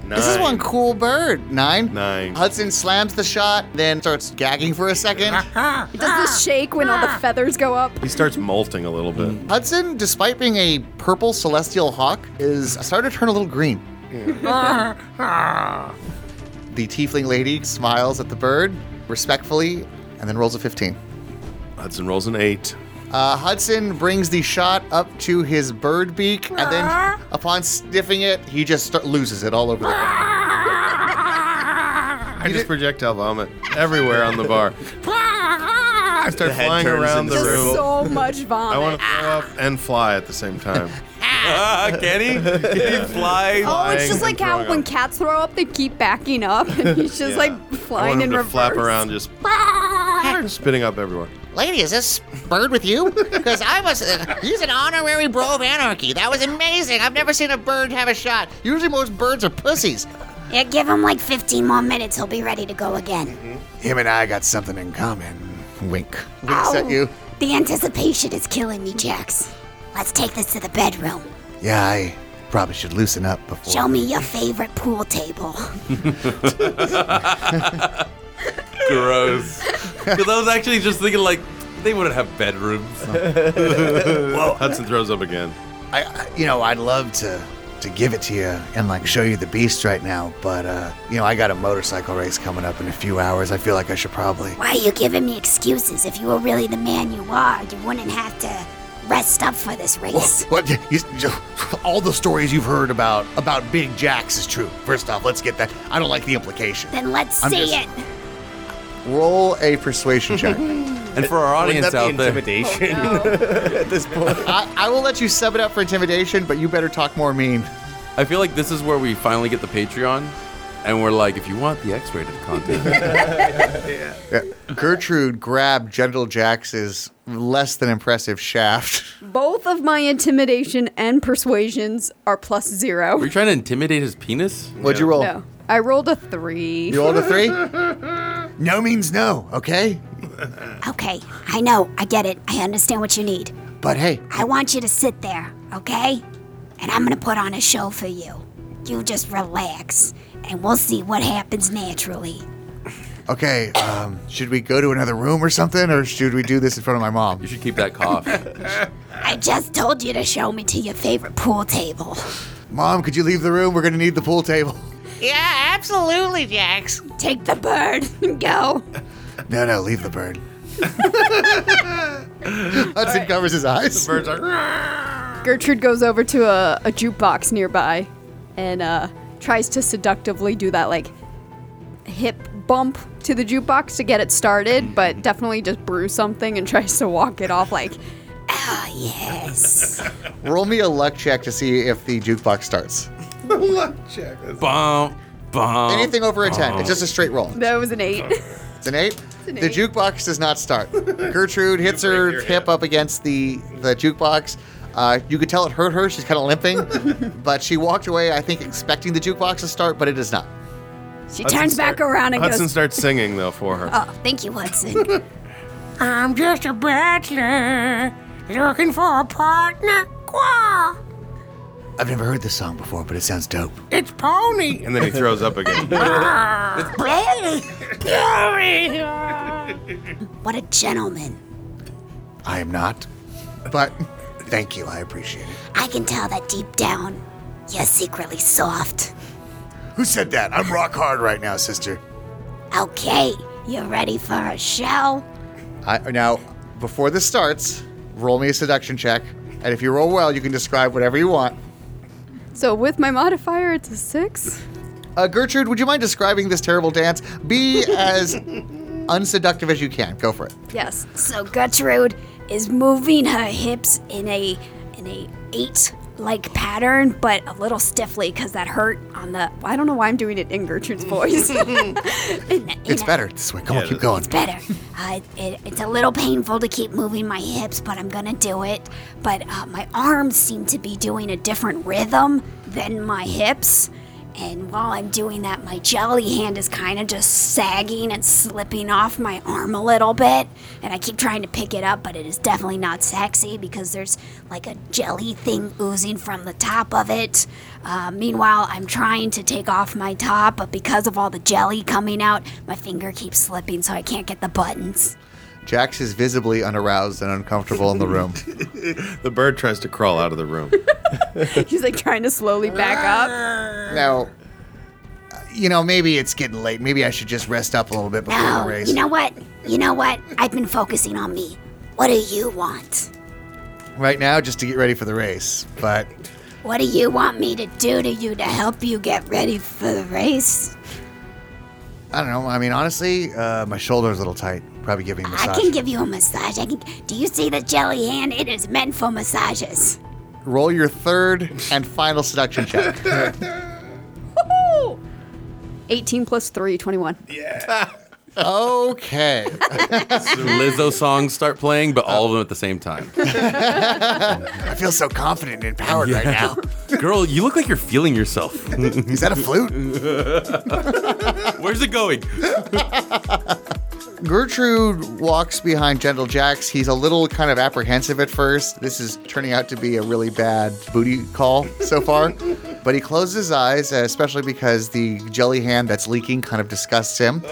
This is
Nine.
one cool bird. Nine.
Nine.
Hudson slams the shot, then starts gagging for a second.
Does this shake when all the feathers go up?
He starts molting a little bit.
Hudson, despite being a purple celestial hawk, is starting to turn a little green. the tiefling lady smiles at the bird respectfully and then rolls a 15.
Hudson rolls an 8.
Uh, Hudson brings the shot up to his bird beak, and then upon sniffing it, he just st- loses it all over the ground.
I just projectile vomit everywhere on the bar. I start
head
flying
turns
around Ah. the
into
Just
room.
so much
I
vomit.
want to throw up and fly at the same time.
Ah, can he? Can he
Oh,
fly?
it's
flying
just like
and
how
throwing
when
up.
cats throw up, they keep backing up, and he's just like
I
flying
want
in
him to
reverse.
flap around, just spitting up everywhere.
Lady, is this bird with you? Because I was. Uh, he's an honorary bro of anarchy. That was amazing. I've never seen a bird have a shot. Usually most birds are pussies.
Yeah, give him like 15 more minutes. He'll be ready to go again.
Him and I got something in common. Wink.
Winks at
Ow.
you.
The anticipation is killing me, Jax. Let's take this to the bedroom.
Yeah, I probably should loosen up before.
Show me your favorite pool table.
Gross. Because I was actually just thinking, like, they wouldn't have bedrooms.
Hudson throws up again.
I, I- you know, I'd love to to give it to you and like show you the beast right now, but uh, you know, I got a motorcycle race coming up in a few hours. I feel like I should probably.
Why are you giving me excuses? If you were really the man you are, you wouldn't have to rest up for this race.
What? You, you- all the stories you've heard about about Big Jax is true. First off, let's get that. I don't like the implication.
Then let's
I'm
see
just-
it.
Roll a persuasion check.
And for our
Wouldn't
audience
that be
out there,
intimidation?
Oh,
At this point,
I, I will let you sub it up for intimidation, but you better talk more mean.
I feel like this is where we finally get the Patreon, and we're like, if you want the X-rated content,
Gertrude grabbed Gentle Jax's less than impressive shaft.
Both of my intimidation and persuasions are plus
were
zero.
you trying to intimidate his penis?
What'd you roll?
No, I rolled a three.
You rolled a three?
No means no, okay?
Okay, I know. I get it. I understand what you need.
But hey,
I want you to sit there, okay? And I'm gonna put on a show for you. You just relax, and we'll see what happens naturally.
okay, um,
Should we go to another room or something, or should we do this in front of my mom?
You should keep that cough.
I just told you to show me to your favorite pool table.
Mom, could you leave the room? We're gonna need the pool table.
Yeah, absolutely, Jax. Take the bird and go.
no, no, leave the bird.
Hudson covers his eyes.
Birds are.
Gertrude goes over to a, a jukebox nearby and uh, tries to seductively do that like hip bump to the jukebox to get it started, but definitely just brews something and tries to walk it off like
Oh, yes.
Roll me a luck check to see if the jukebox starts.
Bump, bump.
Anything over a 10. It's just a straight roll.
that was an eight.
It's an 8.
an
The
eight.
jukebox does not start. Gertrude hits her hip up against the, the jukebox. Uh, you could tell it hurt her. She's kind of limping, but she walked away, I think, expecting the jukebox to start, but it does not.
She turns back around and
Hudson
goes,
starts singing though for her.
Oh, thank you, Hudson.
I'm just a bachelor looking for a partner. Quah!
I've never heard this song before, but it sounds dope.
It's pony.
And then he throws up again.
what a gentleman.
I am not,
But
Thank you. I appreciate it.
I can tell that deep down, you're secretly soft.
Who said that? I'm rock hard right now, sister.
Okay, you ready for a show?
I, now,
before this starts, roll me a seduction check, and if you roll well, you can describe whatever you want.
So with my modifier, it's a six.
Uh, Gertrude, would you mind describing this terrible dance? Be as unseductive as you can. Go for it.
Yes.
So Gertrude is moving her hips in a in a eight like pattern, but a little stiffly because that hurt on the.
I don't know why I'm doing it in Gertrude's voice.
It's better this way. Come on, keep going.
It's better. Uh, it, it's a little painful to keep moving my hips, but I'm gonna do it. But uh, my arms seem to be doing a different rhythm than my hips. And while I'm doing that, my jelly hand is kind of just sagging and slipping off my arm a little bit. And I keep trying to pick it up, but it is definitely not sexy because there's like a jelly thing oozing from the top of it. Uh, meanwhile, I'm trying to take off my top, but because of all the jelly coming out, my finger keeps slipping, so I can't get the buttons.
Jax is visibly unaroused and uncomfortable in the room.
The bird tries to crawl out of the room.
He's like trying to slowly back up.
Now, uh, you know, maybe it's getting late. Maybe I should just rest up a little bit before the
No,
race.
you know what? You know what? I've been focusing on me. What do you want?
right now, just to get ready for the race. But
What do you want me to do to you to help you get ready for the race?
I don't know. I mean, honestly, uh, my shoulder's a little tight. Probably giving a massage.
I can give you a massage. I can. Do you see the jelly hand? It is meant for massages.
Roll your third.
and final seduction check.
18 plus 3, 21.
okay.
Lizzo songs start playing, but all of them at the same time.
I feel so confident and empowered right now.
Girl, you look like you're feeling yourself.
Is that a flute?
Where's it going?
Gertrude walks behind Gentle Jax. He's a little kind of apprehensive at first. This is turning out to be a really bad booty call so far. but he closes his eyes, uh, especially because the jelly hand that's leaking kind of disgusts him.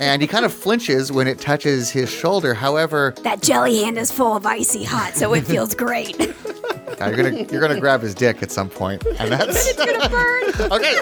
and he kind of flinches when it touches his shoulder. However,
That jelly hand is full of icy hot, so it feels great.
now you're gonna you're gonna grab his dick at some point, and that's
Okay.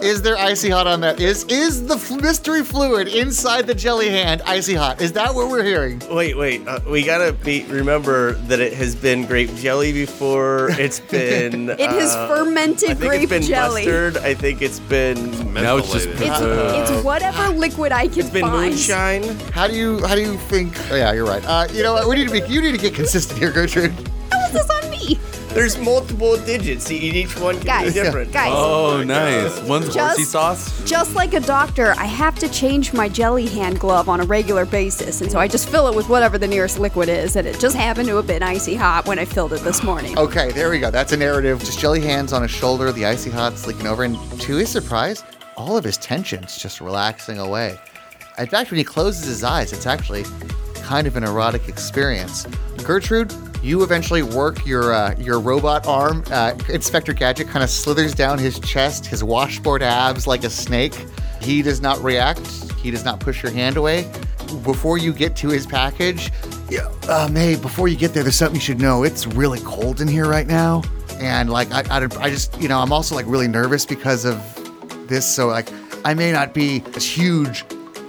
is there icy hot on that? Is is the f- mystery fluid inside the jelly hand icy hot? Is that what we're hearing?
Wait, wait. Uh, we gotta be remember that it has been grape jelly before. It's been
It has
uh, I
fermented
think
grape
it's been
jelly.
mustard. I think it's been
Now it's just
Methylated.
It's, it's whatever liquid I can
it's been
find.
moonshine.
How do you how do you think? Oh, yeah, you're right. Uh, you know what? We need to be you need to get consistent here, Gertrude.
How is this on me?
There's multiple digits. Each- Each one can
Guys,
be different.
guys.
Oh, nice. One's horsey
Just-
sauce.
Just like a doctor, I have to change my jelly hand glove on a regular basis, and so I just fill it with whatever the nearest liquid is, and it just happened to have been icy hot when I filled it this morning.
Okay, there we go. That's a narrative. Just jelly hands on his shoulder, the icy hot's leaking over, and to his surprise, all of his tension's just relaxing away. In fact, when he closes his eyes, it's actually kind of an erotic experience. Gertrude, you eventually work your uh, your robot arm. Uh, Inspector Gadget kind of slithers down his chest, his washboard abs like a snake. He does not react. He does not push your hand away. Before you get to his package,
Yeah, uh, May, before you get there, there's something you should know. It's really cold in here right now.
and like I, I, I just you know i'm also like really nervous because of
This, so like, I may not be as huge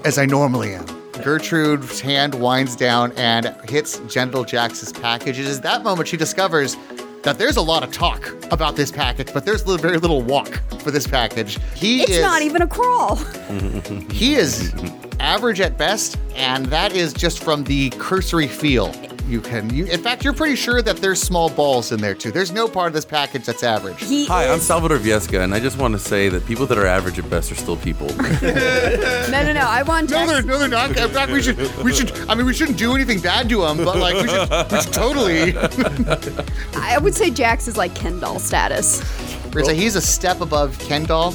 as I normally am.
gertrude's hand winds down and hits gentle jax's package it is that moment she discovers that there's a lot of talk about this package but there's li- very little walk for this package he
It's
is
not e-, even a crawl.
he is average at best and that is just from the cursory feel you can you, in fact you're pretty sure that there's small balls in there too there's no part of this package that's average
He
Hi, I'm
is,
Salvador Viesca, and I just want to say that people that are average at best are still people.
no, no, no. I want
No,
Jax-
they're, no, they're not. In fact, we should, we should. I mean, we shouldn't do anything bad to them, but like, we should, we should totally.
I would say Jax is like Ken doll status.
So he's a step above Kendall.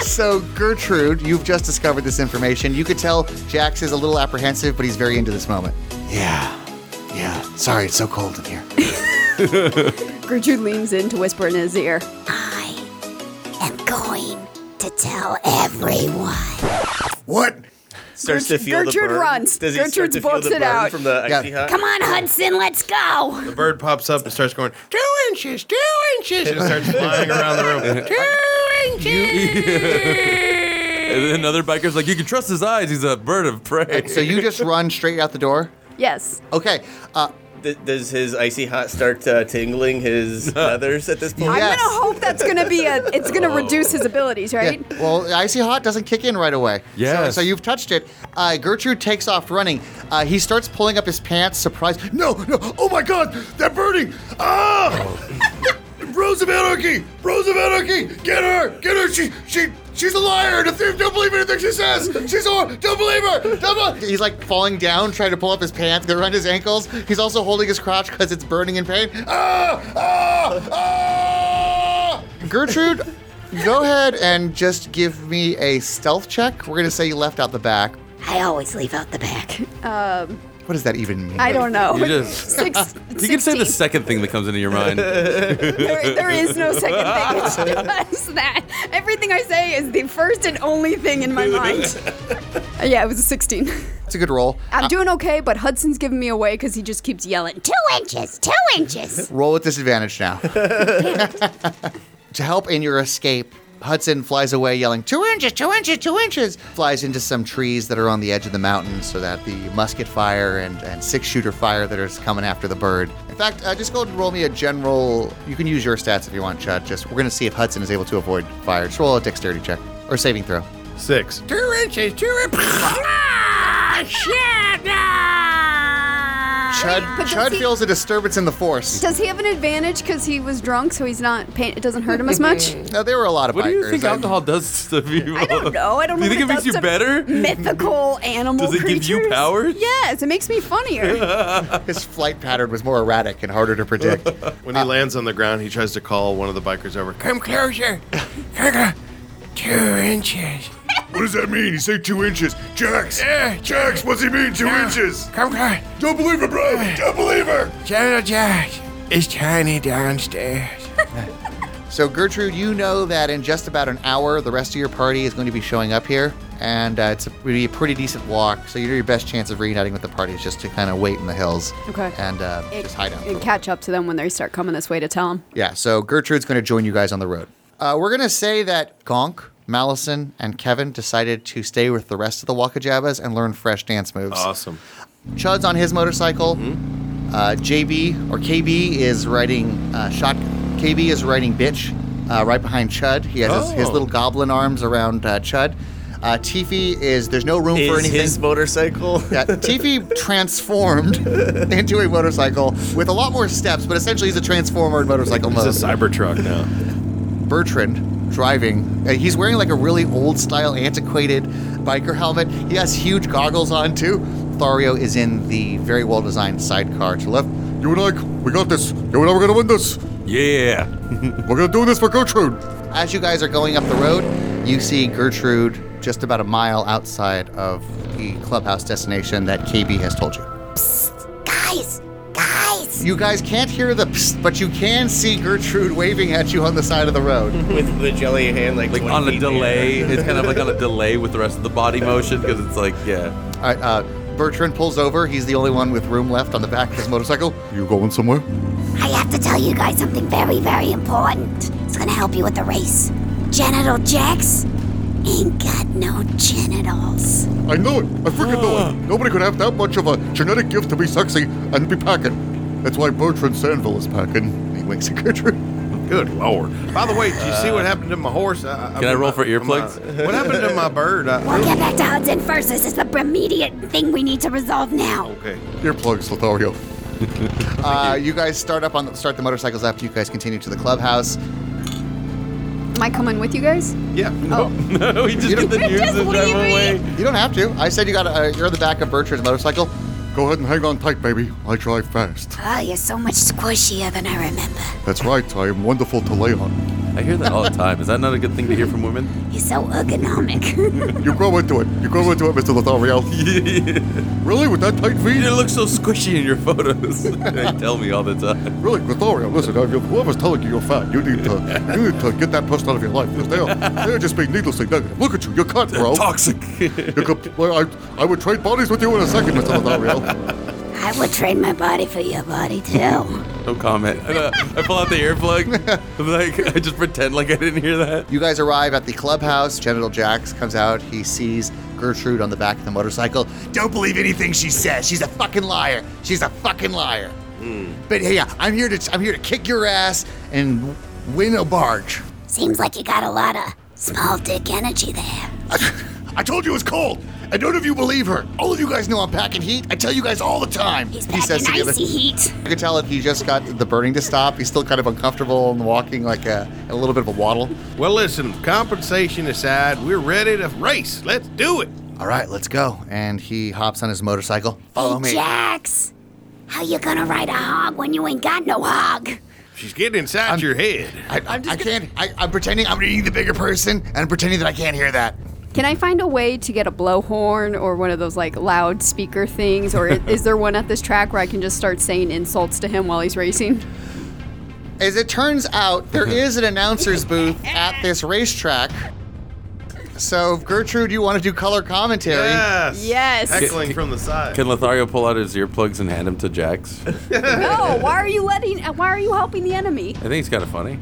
so Gertrude, you've just discovered this information. You could tell Jax is a little apprehensive, but he's very into this moment.
Yeah, yeah. Sorry, it's so cold in here.
Gertrude leans in to whisper in his ear.
I am going to tell everyone.
What?
starts to feel the
Gertrude
burn.
runs.
Does he start
Gertrude
to feel
bolts
the
it
burn
out.
from the
Yeah.
icy hot?
Come on, Hudson, let's go.
The bird pops up and starts going,
Two inches, two inches,
and it starts flying around the room.
two inches.
And then another biker's like, you can trust his eyes. He's a bird of prey.
So you just run straight out the door?
Yes.
Okay. Uh,
Th- does his icy hot start uh, tingling his feathers at this point?
Yeah.
I'm
Yes. Oh.
gonna hope that's gonna be a. It's gonna reduce his abilities,
yeah,
right?
well, the icy hot doesn't kick in right away.
Yes.
So, so you've touched it. Uh, Gertrude takes off running. Uh, he starts pulling up his pants, surprised. No, no. Oh my God, they're burning.
Ah! Rose of Anarchy! Rose of Anarchy! Get her! Get her! She she she's a liar! Don't don't believe anything she says! She's a don't believe her! Don't believe
He's like falling down, trying to pull up his pants. They're around his ankles. He's also holding his crotch because it's burning in pain.
Ah! Ah! Ah!
Gertrude, go ahead and just give me a stealth check. We're gonna say you left out the back.
I always leave out the back.
What does that even mean?
Um, I don't know.
You just.
Six,
You can say the
16.
second thing that comes into your mind.
There, there is no second thing. It's just that. Everything I say is the first and only thing in my mind. Uh, yeah, it was a 16.
It's a good roll.
Uh.
Uh,
I'm doing okay, but Hudson's giving me away because he just keeps yelling.
Two inches, two inches.
Roll with disadvantage now. to help in your escape, Hudson flies away yelling, two inches, two inches, two inches, flies into some trees that are on the edge of the mountain so that the musket fire and, and six shooter fire that is coming after the bird. In fact, uh, just go ahead and roll me a general. You can use your stats if you want, Chud. Just we're going to see if Hudson is able to avoid fire. Just roll a dexterity check or saving throw.
Six.
Two inches, two inches. ah, shit! Ah.
Chud,
but does
Chud
he-
feels a disturbance in the force.
Uh, Does he have an advantage because he was drunk, so he's not pain? It doesn't hurt him as much.
Now, there were a lot of
What do
bikers.
you think
I-
alcohol does to people?
I don't know. I don't
Do
know.
you think
what
it makes
does
you
to
better?
Mythical animal.
Does it give you
creatures.
powers?
Yes, it makes me funnier.
His flight pattern was more erratic and harder to predict. Uh,
When he lands on the ground, he tries to call one of the bikers over.
Come closer. Quicker. Two inches.
What does that mean? He said two inches. Jax! Jax, what's he mean? Two inches!
Come close.
Don't believe her, bro! Don't believe her!
General Jack is tiny downstairs.
So, Gertrude, you know that in just about an hour, the rest of your party is going to be showing up here, and uh, it's a, be a pretty decent walk. So, your your best chance of reuniting with the party is just to kind of wait in the hills
Okay.
and uh, just hide out. for a
and catch up to them when they start coming this way to tell him.
yeah, so Gertrude's going to join you guys on the road. Uh, we're going to say that Gonk, Malison, and Kevin decided to stay with the rest of the Waka Jabbas and learn fresh dance moves.
Awesome. Mm-hmm.
Chud's on his motorcycle. Uh, JB or KB is riding uh, shot. KB is riding bitch uh, right behind Chud. He has his, his
Oh.
little goblin arms around uh, Chud. Uh, Tiffy is there's no room for
Is
anything.
his motorcycle?
Yeah, Tiffy transformed into a motorcycle with a lot more steps, but essentially he's a transformer in motorcycle mode.
It's a Cybertruck now.
Bertrand driving. Uh, he's wearing like a really old style, antiquated biker helmet. He has huge goggles on too. Thario is in the very well designed sidecar to left.
You and I, we got this. You and I, we're gonna win this.
Yeah.
We're gonna do this for Gertrude.
As you guys are going up the road, you see Gertrude just about a mile outside of the clubhouse destination that KB has told you.
Guys, guys.
You guys can't hear the psst, but you can see Gertrude waving at you on the side of the road.
With the jelly hand like,
Like
20
on a
feet in the
delay.
air.
It's kind of like on a delay with the rest of the body motion because it's like, yeah.
All right, uh, Bertrand pulls over. He's the only one with room left on the back of his motorcycle.
You going somewhere?
I have to tell you guys something very, very important. It's gonna help you with the race. Genital jacks ain't got no genitals.
I know it. I freaking know it. Nobody could have that much of a genetic gift to be sexy and be packing. That's why Bertrand Sandville is packing.
He winks at Gertrude.
Good lord. By the way, did you see what happened to my horse?
Uh, Can I roll for
my-
earplugs?
what happened to my bird? I,
We'll get back to Hudson first. This is the immediate thing we need to resolve now.
okay.
Earplugs, Lothario.
Uh, you guys start up on the, start the motorcycles up. You guys continue to the clubhouse.
Am I coming with you guys? Oh.
Yeah. No.
no, he just
You
did the news
Just
and drive
leave me.
away.
You don't have to. I said you got. Uh, you're on the back of Bertrand's motorcycle.
Go ahead and hang on tight, baby. I drive fast.
Ah, Oh, you're so much squishier than I remember.
That's right. I am wonderful to lay on.
I hear that all the time. Is that not a good thing to hear from women?
He's so ergonomic.
You grow into it. You grow into it, Mr. Lothario. Really? With that tight feet?
You look so squishy in your photos. they tell me all the time.
Really, Lothario, listen, if you- whoever's telling you you're fat, you need to you need to get that person out of your life because they're, they're just being needlessly negative. Look at you. You're cut, bro.
Toxic.
You're comp- I, I would trade bodies with you in a second, Mr. Lothario.
I would trade my body for your body too.
No comment. I, uh, I pull out the earplug. I'm like, I just pretend like I didn't hear that.
You guys arrive at the clubhouse. Genital Jax comes out. He sees Gertrude on the back of the motorcycle.
Don't believe anything she says. She's a fucking liar. She's a fucking liar.
Hmm.
But hey, yeah, I'm here to I'm here to kick your ass and win a barge.
Seems like you got a lot of small dick energy there.
I told you it was cold, and none of you believe her. All of you guys know I'm packing heat. I tell you guys all the time.
He's
He
packing
says to the other-
icy heat.
You can tell that he just got the burning to stop. He's still kind of uncomfortable and walking like a, a little bit of a waddle.
Well, listen, compensation aside, we're ready to race. Let's do it.
All right, let's go. And he hops on his motorcycle. Follow
hey,
me.
Jax, how you gonna ride a hog when you ain't got no hog?
She's getting inside your head.
I, I, I can't. I, I'm pretending I'm being the bigger person, and I'm pretending that I can't hear that.
Can I find a way to get a blowhorn or one of those like loudspeaker things? Or i- is there one at this track where I can just start saying insults to him while he's racing?
As it turns out, there is an announcer's booth at this racetrack. So, Gertrude, you want to do color commentary?
Yes.
Yes.
Heckling from the side.
Can Lothario pull out his earplugs and hand them to Jax? I
No. Why are you letting? Why are you helping the enemy?
think it's kind of funny.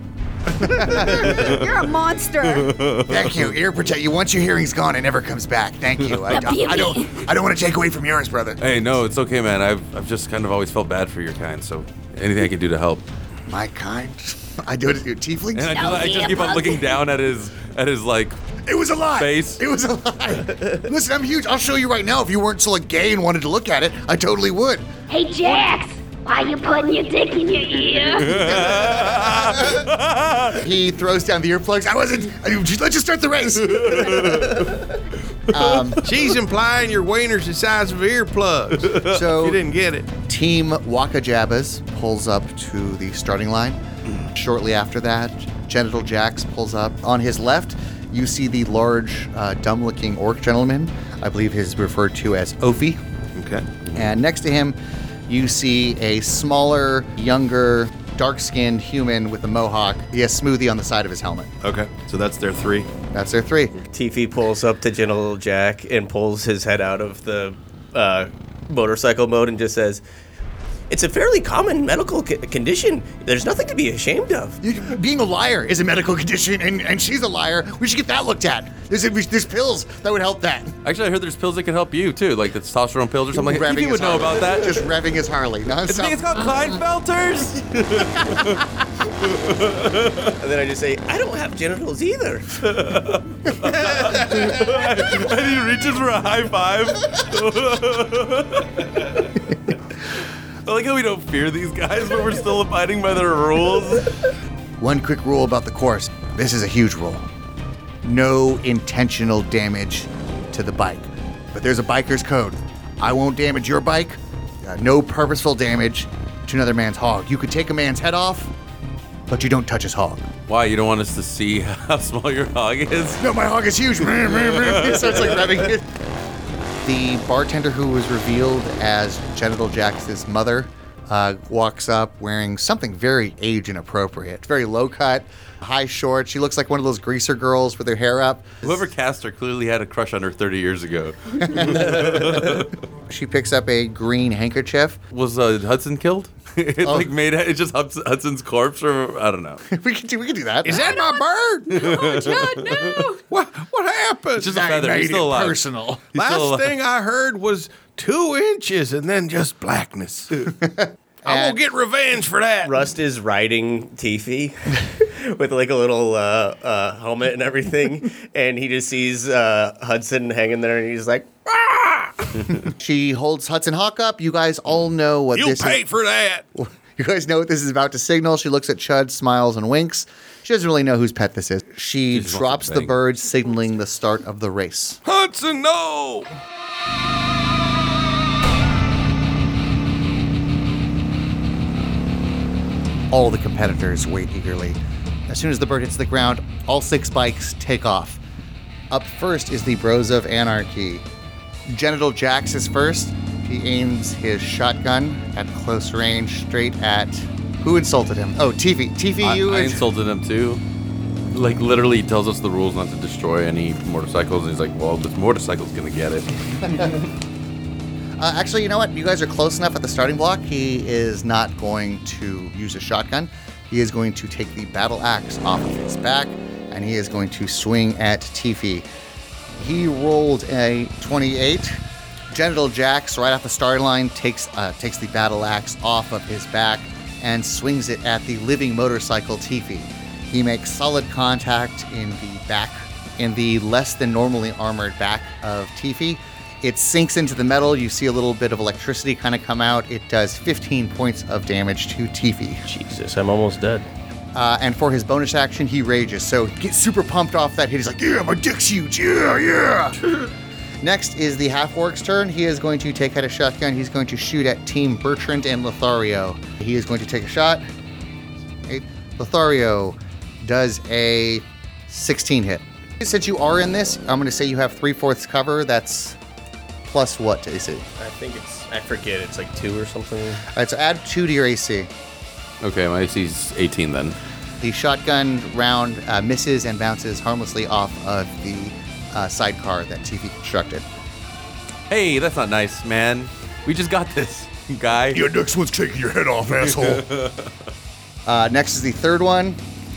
You're a monster.
Thank you. Ear protect. You once your hearing's gone, it never comes back. Thank you. I, I, I don't. I don't want to take away from yours, brother.
Hey, no, it's okay, man. I've, I've just kind of always felt bad for your kind, so anything I can do to help.
My kind. I do it to your tieflings.
And I just, I just keep on looking down at his at his like.
It was a lie.
Face.
It was a lie. Listen, I'm huge. I'll show you right now. If you weren't so like gay and wanted to look at it, I totally would.
Hey, Jax, why you putting your dick in your ear?
He throws down the earplugs.
I wasn't. I, let's just start the race. Um,
She's implying your wiener's the size of earplugs.
So-
you didn't get it.
Team Waka Jabbas pulls up to the starting line.
Mm.
Shortly after that, Genital Jax pulls up. On his left, you see the large, uh, dumb looking orc gentleman. I believe he's referred to as Ophi.
Okay.
And next to him, you see a smaller, younger, dark skinned human with a mohawk. He has smoothie on the side of his helmet.
Okay. So that's their three.
That's their three.
Teefy pulls up to Gentle Jack and pulls his head out of the uh, motorcycle mode and just says, "It's a fairly common medical c- condition. There's nothing to be ashamed of."
You- Being a liar is a medical condition, and, and she's a liar. We should get that looked at. There's, there's pills that would help that.
Actually, I heard there's pills that can help you too, like the testosterone pills or something. Like,
Revving
you
his
would know
Harley.
about that.
Just revving his Harley.
I think
nonstop.
it's called Kleinfelters.
And then I just say, "I don't have genitals either."
and he reaches for a high five. I like how we don't fear these guys, but we're still abiding by their rules.
One quick rule about the course this is a huge rule no intentional damage to the bike. But there's a biker's code. I won't damage your bike, uh, no purposeful damage to another man's hog. You could take a man's head off, but you don't touch his hog.
Why? You don't want us to see how small your hog is?
No, my hog is huge.
He starts like rubbing it. The bartender who was revealed as Genital Jax's mother uh, walks up wearing something very age inappropriate, very low cut, high shorts. She looks like one of those greaser girls with her hair up.
Whoever cast her clearly had a crush on her 30 years ago.
She picks up a green handkerchief. Oh.
Was uh, Hudson killed? it like made it's just Huds- Hudson's corpse, or I don't know.
we can do, we can do that.
Is that my bird?
oh, John, no.
What what happened?
It's just a feather. He's still alive.
personal.
He's still
Last
alive.
thing I heard was two inches and then just blackness. I'm gonna get revenge for that.
Rust is riding Teefy with like a little uh, uh, helmet and everything, and he just sees uh, Hudson hanging there, and he's like,
She holds Hudson Hawk up. You guys all know what
You
this
paid
is.
for that.
You guys know what this is about to signal. She looks at Chud, smiles, and winks. She doesn't really know whose pet this is. She
just wants to
drops the
bang.
bird, signaling the start of the race.
Hudson, no.
all the competitors wait eagerly. As soon as the bird hits the ground, all six bikes take off. Up first is the Bros of Anarchy. Genital Jax is first. He aims his shotgun at close range straight at. Who insulted him? Oh, TV. TV,
I,
you.
I
ins-
insulted him too. Like literally, he tells us the rules not to destroy any motorcycles, and he's like, "Well, this motorcycle's gonna get it."
Uh, actually, you know what? You guys are close enough at the starting block. He is not going to use a shotgun. He is going to take the battle axe off of his back, and he is going to swing at Tifi. He rolled a 28. Genital Jax, right off the starting line, takes uh, takes the battle axe off of his back and swings it at the living motorcycle Tifi. He makes solid contact in the back, in the less than normally armored back of Tifi. It sinks into the metal. You see a little bit of electricity kind of come out. It does 15 points of damage to Tifi.
Jesus, I'm almost dead.
Uh, and for his bonus action, he rages. So he gets super pumped off that hit. He's like, yeah, my dick's huge. Yeah, yeah. Next is the half orc's turn. He is going to take out a shotgun. He's going to shoot at Team Bertrand and Lothario. He is going to take a shot. Eight. Lothario does a 16 hit. Since you are in this, I'm going to say you have three fourths cover. That's plus what to AC?
I think it's I forget it's like two or something.
All right, so add two to your AC.
Okay, my AC's 18 then.
The shotgun round uh, misses and bounces harmlessly off of the uh, sidecar that TV constructed.
Hey, that's not nice, man. We just got this, guy.
Your next one's taking your head off, asshole.
Uh, next is the third one.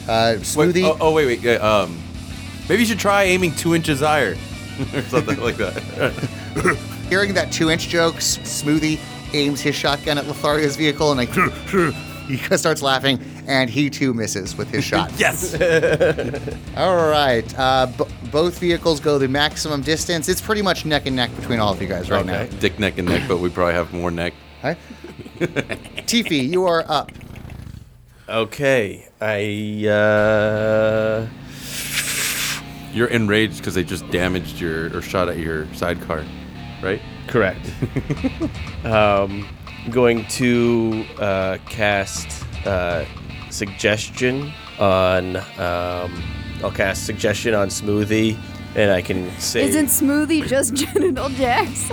Uh,
Wait,
smoothie.
oh, oh, wait, wait. yeah, um, maybe you should try aiming two inches higher, or something like that.
Hearing that two-inch joke, S- Smoothie aims his shotgun at Lothario's vehicle and like he starts laughing, and he too misses with his shot.
yes.
All right, uh, b- both vehicles go the maximum distance. It's pretty much neck and neck between all of you guys right now.
Dick neck and neck, but we probably have more neck.
Hi. Tifi, you are up.
Okay, I uh,
You're enraged because they just damaged your or shot at your sidecar, right?
correct. um, going to uh, cast uh, suggestion on. Um, I'll cast suggestion on Smoothie, and I can say
Isn't smoothie just genital jacks?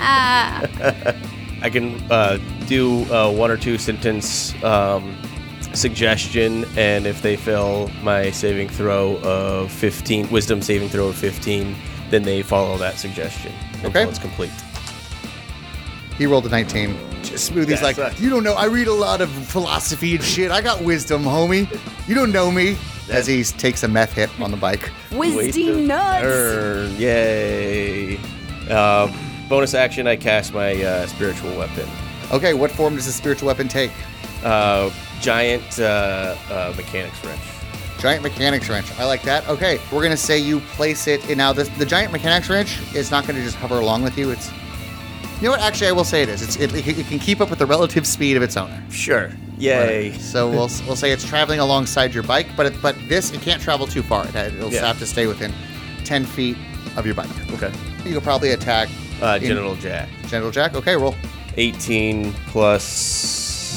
I can uh, do uh, one or two sentence um, suggestion, and if they fail my saving throw of 15, wisdom saving throw of 15, then they follow that suggestion
Okay.
until it's complete.
He rolled a 19. Smoothie's
Yes,
like,
right.
you don't know. I read a lot of philosophy and shit. I got wisdom, homie. You don't know me. As he takes a meth hit on the bike.
Wisdom nuts.
Err, yay! Um, bonus action, I cast my uh, spiritual weapon.
Okay, what form does the spiritual weapon take?
Uh, giant uh, uh, mechanics wrench.
Giant mechanics wrench. I like that. Okay, we're gonna say you place it. And now the, the giant mechanics wrench is not gonna just hover along with you. It's, you know what? Actually, I will say it is. It's, it, it can keep up with the relative speed of its owner.
Sure. Yay.
So we'll we'll say it's traveling alongside your bike, but it, but this it can't travel too far. It- It'll
Yeah.
have to stay within ten feet of your bike.
Okay.
You could probably attack
Uh,
in-
genital jack.
Genital jack. Okay, roll.
18 plus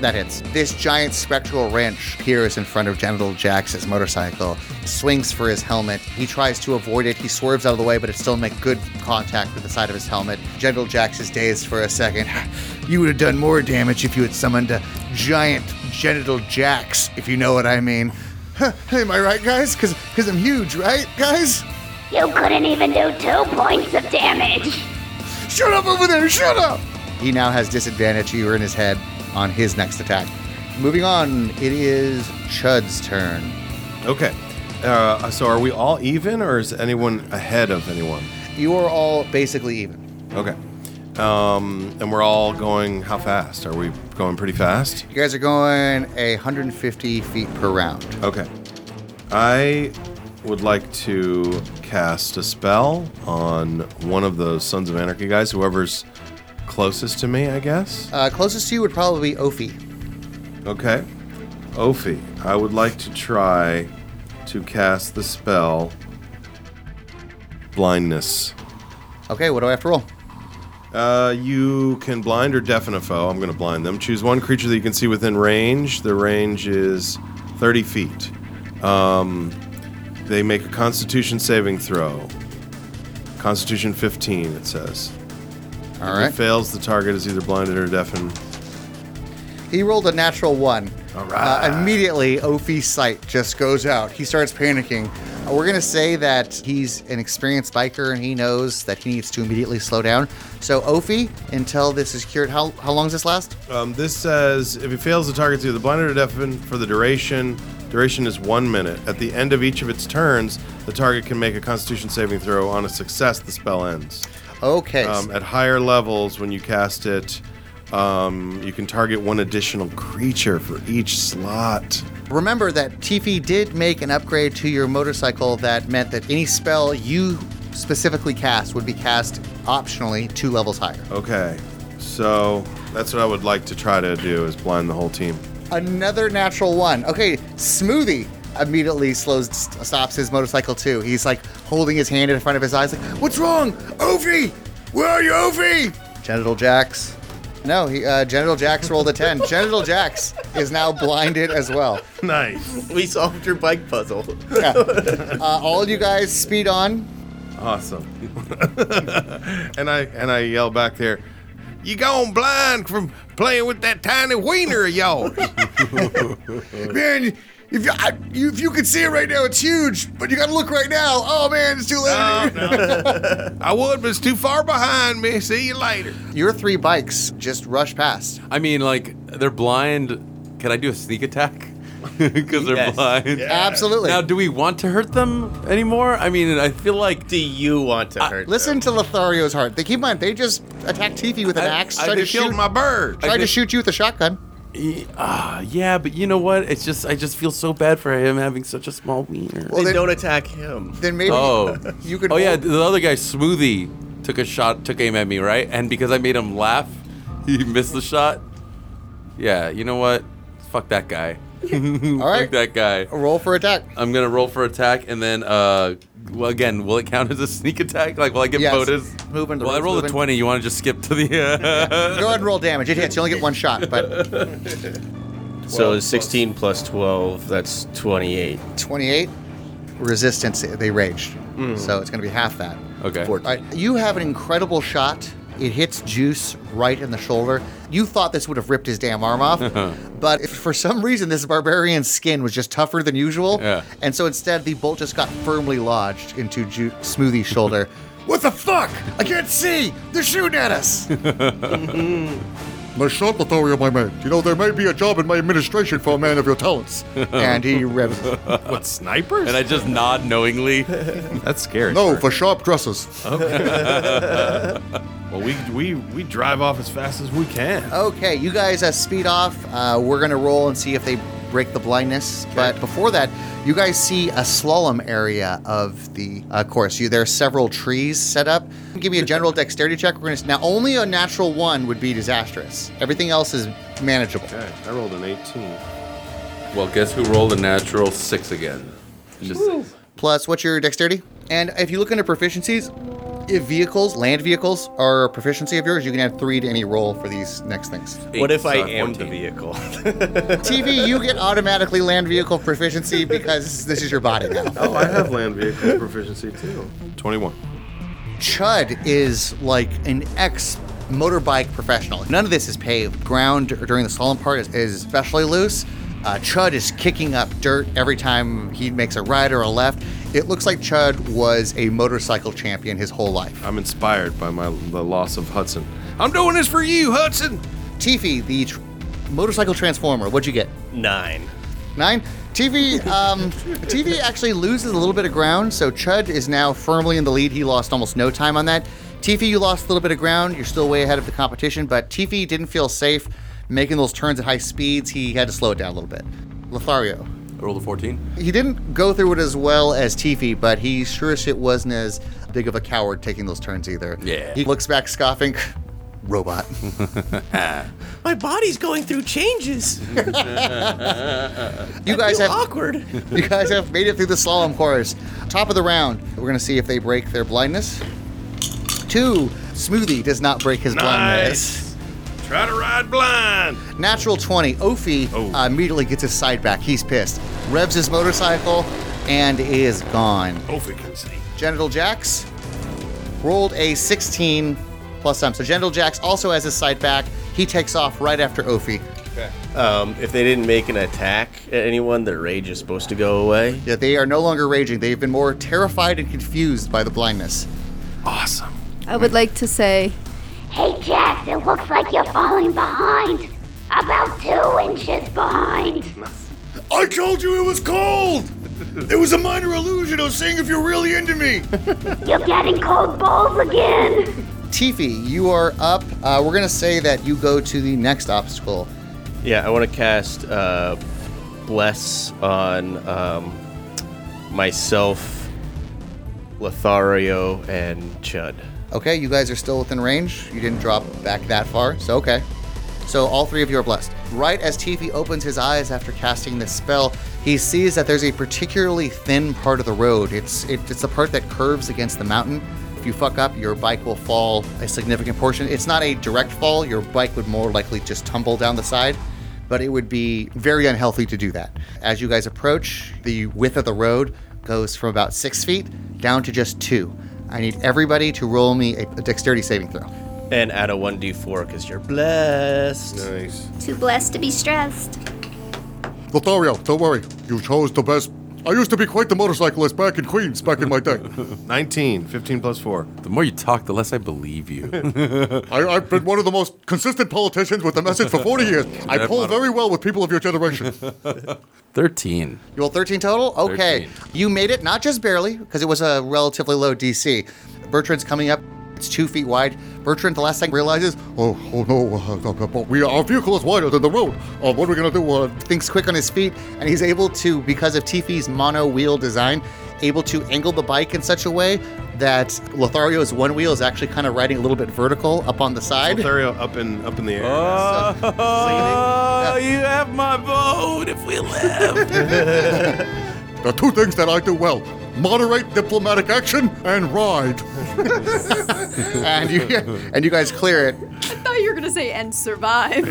That hits. This giant spectral wrench appears in front of Genital Jack's motorcycle, swings for his helmet. He tries to avoid it. He swerves out of the way, but it still makes good contact with the side of his helmet. Genital Jax is dazed for a second.
You would have done more damage if you had summoned a giant genital jacks, if you know what I mean. Huh, am I right, guys? Because I'm huge, right, guys?
You couldn't even do two points of damage.
Shut up over there! Shut up!
He now has disadvantage. You are in his head on his next attack. Moving on, it is Chud's turn.
Okay. Uh, so are we all even, or is anyone ahead of anyone?
You are all basically even.
Okay. Um, and we're all going how fast? Are we going pretty fast?
You guys are going a 150 feet per round.
Okay. I would like to cast a spell on one of those Sons of Anarchy guys, whoever's closest to me, I guess.
Uh, closest to you would probably be Ophi.
Okay. Ophi, I would like to try to cast the spell blindness.
Okay, what do I have to roll?
Uh, you can blind or deafen a foe. I'm going to blind them. Choose one creature that you can see within range. The range is 30 feet. Um, they make a Constitution saving throw. Constitution 15, it says.
All
If
right.
it fails, the target is either blinded or deafened.
He rolled a natural one.
All
right. Uh, immediately, Ophi's sight just goes out. He starts panicking. Uh, We're going to say that he's an experienced biker and he knows that he needs to immediately slow down. So, Ophi, until this is cured, how, how long does this last?
Um, this says if it fails, the target's either blinded or deafened for the duration. Duration is one minute. At the end of each of its turns, the target can make a Constitution saving throw. On a success, the spell ends.
Okay.
Um, at higher levels, when you cast it, um, you can target one additional creature for each slot.
Remember that Tiffy did make an upgrade to your motorcycle that meant that any spell you specifically cast would be cast optionally two levels higher.
Okay, so that's what I would like to try to do is blind the whole team.
Another natural one. Okay, Smoothie immediately slows, st- stops his motorcycle too. He's like holding his hand in front of his eyes, like, "What's wrong, Ovi? Where are you, Ovi?" Genital Jax. No, he, uh, Genital Jax rolled a ten. Genital Jax is now blinded as well.
Nice.
We solved your bike puzzle.
Yeah. Uh, all of you guys, speed on.
Awesome. and I and I yell back there, "You gone blind from playing with that tiny wiener of yours?"
Man, if you, I, you if you could see it right now, it's huge. But you gotta look right now. Oh man, it's too late.
I would, but it's too far behind me. See you later.
Your three bikes just rush past.
I mean, like they're blind. Can I do a sneak attack? Because they're
Yes.
blind.
Absolutely.
Now, do we want to hurt them anymore? I mean, I feel like
Do you want to hurt?
Listen to Lothario's heart. They keep in mind they just attacked Tiffy with an
I-
axe.
I-
tried
they
to
killed
shoot,
my bird.
Tried
I
to
did-
shoot you with a shotgun.
Ah, yeah, but you know what? It's just I just feel so bad for him having such a small wiener.
them?
then-
Then don't attack him.
Then maybe
Oh,
you could.
Oh yeah,
roll-
the other guy, Smoothie, took a shot, took aim at me, right? And because I made him laugh, he missed the shot. Yeah, you know what? Fuck that guy.
All right.
Fuck that guy.
Roll for attack.
I'm gonna roll for attack, and then uh, well, again, will it count as a sneak attack? Like, will I get
Yes.
bonus?
Move into the
Well, I
room,
rolled
move
a
in.
twenty. You want to just skip to the?
Go ahead and roll damage. It hits. You only get one shot, but
So 16 plus 12, that's 28.
28 resistance. They raged,
Hmm.
so it's going to be half that.
Hmm. okay.
All right, you have an incredible shot. It hits Juice right in the shoulder. You thought this would have ripped his damn arm off, but if for some reason this barbarian's skin was just tougher than usual,
Yeah.
and so instead the bolt just got firmly lodged into Ju- Smoothie's shoulder.
What the fuck? I can't see. They're shooting at us.
Nice shot, Lothario, my man. You know, there may be a job in my administration for a man of your talents.
and he ripped.
What snipers?
And I just nod knowingly.
That's scary.
No, for sharp dressers.
Well, we we we drive off as fast as we can.
Okay, you guys uh, speed off. Uh, we're gonna roll and see if they break the blindness. But before that, you guys see a slalom area of the uh, course. You there are several trees set up. Give me a general dexterity check. We're gonna now only a natural one would be disastrous. Everything else is manageable.
Okay, I rolled an 18.
well, guess who rolled a natural six again? Just six.
Plus, what's your dexterity? And if you look into proficiencies, if vehicles, land vehicles, are a proficiency of yours, you can add three to any roll for these next things.
What if I
Eight, so
am the
14.
vehicle?
TV, you get automatically land vehicle proficiency because this is your body now.
Oh, I have land vehicle proficiency too. 21.
Chud is like an ex motorbike professional. None of this is paved. Ground during the slalom part is, is especially loose. Uh, Chud is kicking up dirt every time he makes a right or a left. It looks like Chud was a motorcycle champion his whole life.
I'm inspired by my the loss of Hudson. I'm doing this for you, Hudson.
Tiffy, the tr- motorcycle transformer, what'd you get?
Nine.
Nine. TV, um, TV actually loses a little bit of ground, so Chud is now firmly in the lead. He lost almost no time on that. TV, you lost a little bit of ground. You're still way ahead of the competition, but TV didn't feel safe making those turns at high speeds. He had to slow it down a little bit. Lothario.
I rolled a fourteen.
He didn't go through it as well as Tiffy, but he sure as shit wasn't as big of a coward taking those turns either.
Yeah.
He looks back scoffing, robot.
My body's going through changes.
You guys
Feel
have
awkward.
you guys have made it through the slalom course. Top of the round. We're gonna see if they break their blindness. Two. Smoothie does not break his blindness.
Try to ride blind.
Natural 20. Ofi
Oh.
uh, immediately gets his side back. He's pissed. Revs his motorcycle and is gone.
Ofi can see.
Genital Jax rolled a 16 plus time. So Genital Jax also has his side back. He takes off right after Ofi.
Um, if they didn't make an attack at anyone, their rage is supposed to go away.
Yeah, they are no longer raging. They've been more terrified and confused by the blindness.
Awesome.
I would like to say,
Hey, Jax, it looks like you're falling behind. About two inches behind.
I told you it was cold! It was a minor illusion. I was seeing if you're really into me.
You're getting cold balls again.
Tifi, you are up. Uh, we're going to say that you go to the next obstacle.
Yeah, I want to cast uh, Bless on um, myself, Lothario, and Chud.
Okay, you guys are still within range. You didn't drop back that far, so okay. So all three of you are blessed. Right as Tifi opens his eyes after casting this spell, he sees that there's a particularly thin part of the road. It's it, it's the part that curves against the mountain. If you fuck up, your bike will fall a significant portion. It's not a direct fall. Your bike would more likely just tumble down the side, but it would be very unhealthy to do that. As you guys approach, the width of the road goes from about six feet down to just two. I need everybody to roll me a, a dexterity saving throw.
And add a 1d4 because you're blessed.
Nice.
Too blessed to be stressed.
Lothario, don't worry. You chose the best. I used to be quite the motorcyclist back in Queens back in my day.
19, 15 plus 4.
The more you talk, the less I believe you.
I, I've been one of the most consistent politicians with the message for 40 years. I pull very well with people of your generation.
13.
You rolled 13 total? Okay.
13.
You made it, not just barely, because it was a relatively low DC. Bertrand's coming up. It's two feet wide. Bertrand, the last thing realizes,
Oh, oh no. Uh, uh, but we, our vehicle is wider than the road. Uh, what are we going to do? Uh,
thinks quick on his feet, and he's able to, because of Tifi's mono wheel design, able to angle the bike in such a way that Lothario's one wheel is actually kind of riding a little bit vertical up on the side.
Lothario up in up in the air.
Oh, you have my vote if we live.
there are two things that I do well moderate diplomatic action and ride.
and, you, and you guys clear it.
I thought you were gonna say and survive.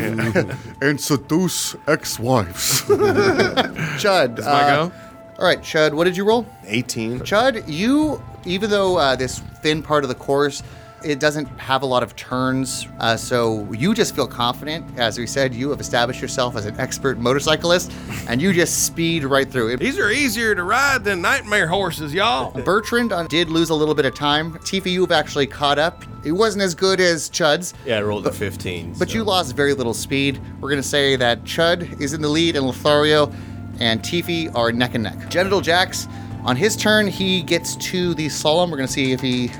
and seduce ex wives.
Chud.
Does my
uh,
go?
All right, Chud, what did you roll?
18.
Chud, you, even though uh, this thin part of the course, it doesn't have a lot of turns, uh, so you just feel confident. As we said, you have established yourself as an expert motorcyclist, and you just speed right through it.
These are easier to ride than nightmare horses, y'all.
Bertrand uh, did lose a little bit of time. Tifa, you've actually caught up. It wasn't as good as Chud's,
Yeah, I rolled a 15.
but you lost very little speed. We're going to say that Chud is in the lead, and Lothario and Tifi are neck and neck. Genital Jax, on his turn, he gets to the Solemn. We're going to see if he.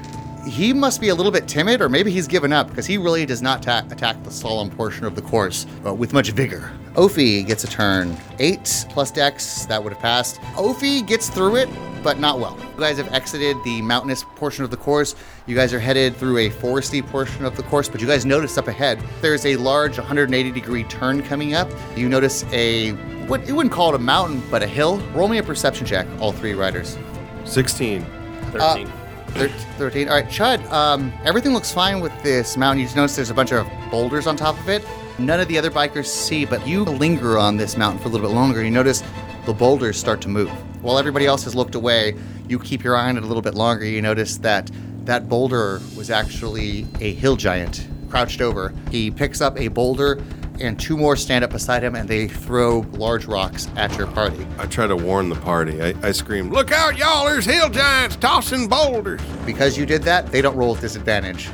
He must be a little bit timid, or maybe he's given up because he really does not ta- attack the solemn portion of the course uh, with much vigor. Ofi gets a turn. Eight plus dex, that would have passed. Ofi gets through it, but not well. You guys have exited the mountainous portion of the course. You guys are headed through a foresty portion of the course, but you guys notice up ahead there's a large 180 degree turn coming up. You notice a what you wouldn't call it a mountain, but a hill. Roll me a perception check, all three riders. Uh,
16.
13.
Thir- 13. All right, Chud, um, everything looks fine with this mountain. You just notice there's a bunch of boulders on top of it. None of the other bikers see, but you linger on this mountain for a little bit longer. You notice the boulders start to move. While everybody else has looked away, you keep your eye on it a little bit longer. You notice that that boulder was actually a hill giant crouched over. He picks up a boulder, and two more stand up beside him, and they throw large rocks at your party.
I try to warn the party. I, I scream, Look out, y'all, there's hill giants tossing boulders.
Because you did that, they don't roll with disadvantage.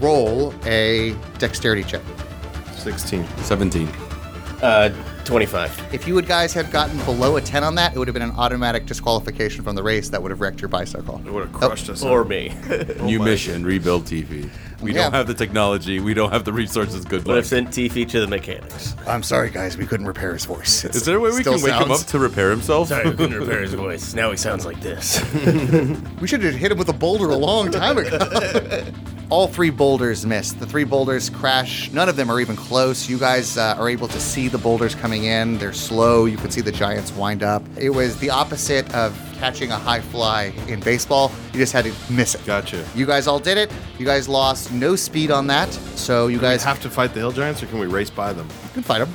Roll a dexterity check.
16.
17.
Uh, 25.
If you would guys had gotten below a 10 on that, it would have been an automatic disqualification from the race that would have wrecked your bicycle. Oh.
It would have crushed us.
Or me.
New mission, rebuild TV. We
Yeah.
don't have the technology. We don't have the resources. Good
Would
luck.
have sent Tifi to the mechanics.
I'm sorry, guys. We couldn't repair his voice.
Is there a way we
Still
can wake him
sounds-
up to repair himself?
Sorry, we couldn't repair his voice. Now he sounds like this.
We should have hit him with a boulder a long time ago. All three boulders miss. The three boulders crash. None of them are even close. You guys uh, are able to see the boulders coming in. They're slow. You can see the giants wind up. It was the opposite of catching a high fly in baseball. You just had to miss it.
Gotcha.
You guys all did it. You guys lost no speed on that, so you guys
have to fight the hill giants, or can we race by them? Hmm.
You can fight them.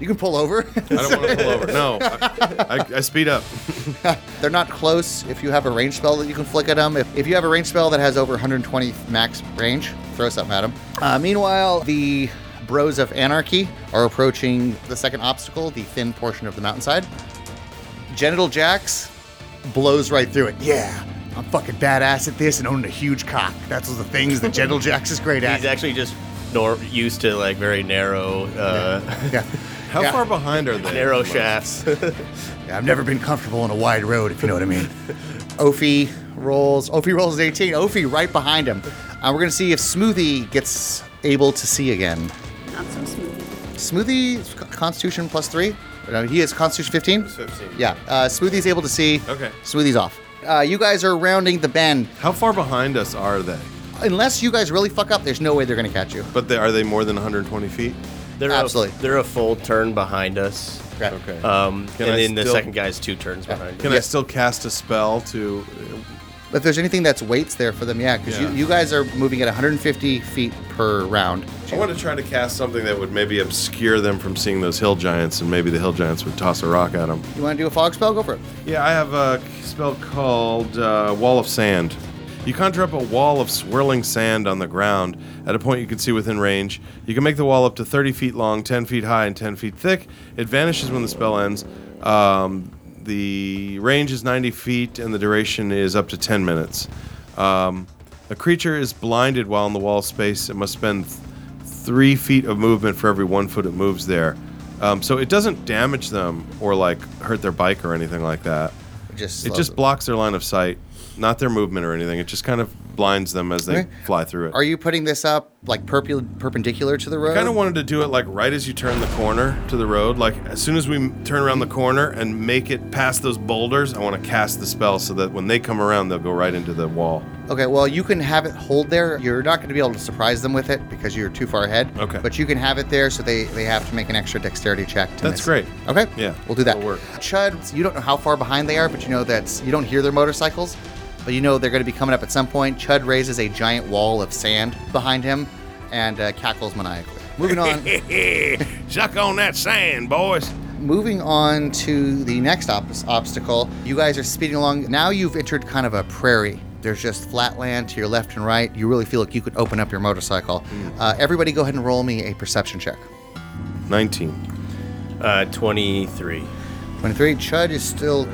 You can pull over.
I don't want to pull over. No, I, I, I speed up.
They're not close. If you have a range spell that you can flick at them, if, if you have a range spell that has over 120 max range, throw something at them. Uh, meanwhile, the Bros of Anarchy are approaching the second obstacle, the thin portion of the mountainside. Genital Jax blows right through it.
Yeah, I'm fucking badass at this and owning a huge cock. That's one of the things that Gentle Jax is great at.
He's actually just nor- used to like very narrow, uh,
Yeah.
How
Yeah.
far behind are they?
narrow shafts.
yeah, I've never been comfortable on a wide road, if you know what I mean.
Ophie rolls. Ophie rolls an 18. Ophie right behind him. And we're going to see if Smoothie gets able to see again.
Not so smooth.
Smoothie, c- Constitution plus three. No, he is Constitution 15?
15.
Yeah. Uh, Smoothie's able to see.
Okay.
Smoothie's off. Uh, you guys are rounding the bend.
How far behind us are they?
Unless you guys really fuck up, there's no way they're going to catch you.
But they, are they more than 120 feet?
They're
Absolutely.
A, they're a full turn behind us.
Okay.
Okay.
Um,
Can
and
I
then the
still-
second guy's two turns behind.
Can I
Yeah.
still cast a spell to?
But if there's anything that's weights there for them, yeah, because
Yeah.
you, you guys are moving at 150 feet per round.
I want to try to cast something that would maybe obscure them from seeing those hill giants, and maybe the hill giants would toss a rock at them.
You want to do a fog spell? Go for it.
Yeah, I have a spell called uh, Wall of Sand. You conjure up a wall of swirling sand on the ground at a point you can see within range. You can make the wall up to 30 feet long, 10 feet high, and 10 feet thick. It vanishes when the spell ends. Um, the range is 90 feet, and the duration is up to 10 minutes. Um, a creature is blinded while in the wall space. It must spend th- three feet of movement for every one foot it moves there. Um, so it doesn't damage them or like hurt their bike or anything like that.
It just
It
slows
just
them.
blocks their line of sight, not their movement or anything. It just kind of blinds them as they
Okay.
fly through it.
Are you putting this up like perpu- perpendicular to the road?
I kind of wanted to do it like right as you turn the corner to the road. Like as soon as we m- turn around the corner and make it past those boulders, I want to cast the spell so that when they come around, they'll go right into the wall.
Okay, well, you can have it hold there. You're not going to be able to surprise them with it because you're too far ahead.
Okay.
But you can have it there so they, they have to make an extra dexterity check. To miss.
That's great.
Okay.
Yeah,
We'll do that.
that'll work.
Chud, you don't know how far behind they are, but you know that's you don't hear their motorcycles, but you know they're going to be coming up at some point. Chud raises a giant wall of sand behind him and uh, cackles maniacally. Moving on.
Suck on that sand, boys.
Moving on to the next ob- obstacle, you guys are speeding along. Now you've entered kind of a prairie. There's just flat land to your left and right. You really feel like you could open up your motorcycle. Uh, everybody, go ahead and roll me a perception check.
19.
Uh, 23.
23. Chud is still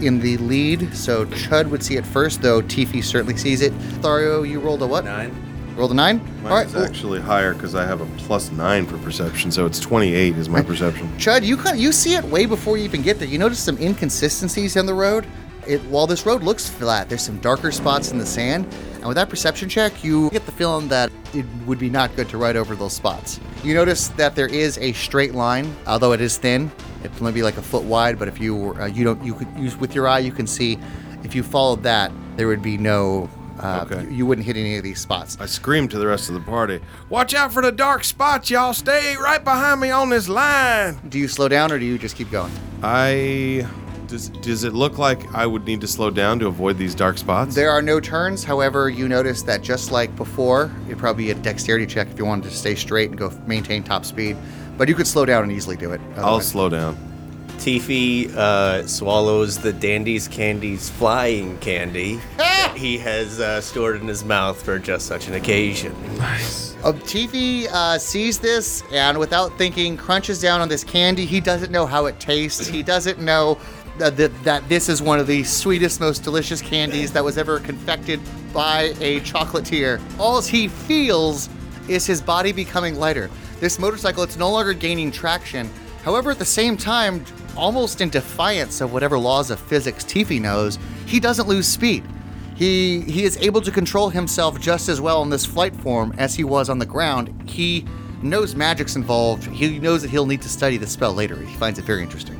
in the lead, so Chud would see it first, though Tiffy certainly sees it. Thario, you rolled a what?
Nine.
Rolled a nine?
Mine
All right.
is
well,
actually higher because I have a plus nine for perception, so it's 28 is my perception.
Chud, you kind you see it way before you even get there. You notice some inconsistencies in the road. It, while this road looks flat, there's some darker spots in the sand, and with that perception check, you get the feeling that it would be not good to ride over those spots. You notice that there is a straight line, although it is thin. It's only be like a foot wide, but if you were, uh, you don't you could use with your eye, you can see if you followed that, there would be no. Uh,
Okay.
you, you wouldn't hit any of these spots.
I screamed to the rest of the party, Watch out for the dark spots, y'all. Stay right behind me on this line.
Do you slow down or do you just keep going?
I. Does, does it look like I would need to slow down to avoid these dark spots?
There are no turns. However, you notice that just like before, it'd probably be a dexterity check if you wanted to stay straight and go maintain top speed. But you could slow down and easily do it.
I'll
otherwise.
slow down.
Teefy uh, swallows the Dandy's Candy's flying candy that he has uh, stored in his mouth for just such an occasion.
Uh,
Oh.
TV uh, sees this and, without thinking, crunches down on this candy. He doesn't know how it tastes. He doesn't know that, that, that this is one of the sweetest, most delicious candies that was ever confected by a chocolatier. All he feels is his body becoming lighter. This motorcycle, it's no longer gaining traction. However, at the same time, almost in defiance of whatever laws of physics Tiffy knows, he doesn't lose speed. He he is able to control himself just as well in this flight form as he was on the ground. He knows magic's involved. He knows that he'll need to study the spell later. He finds it very interesting.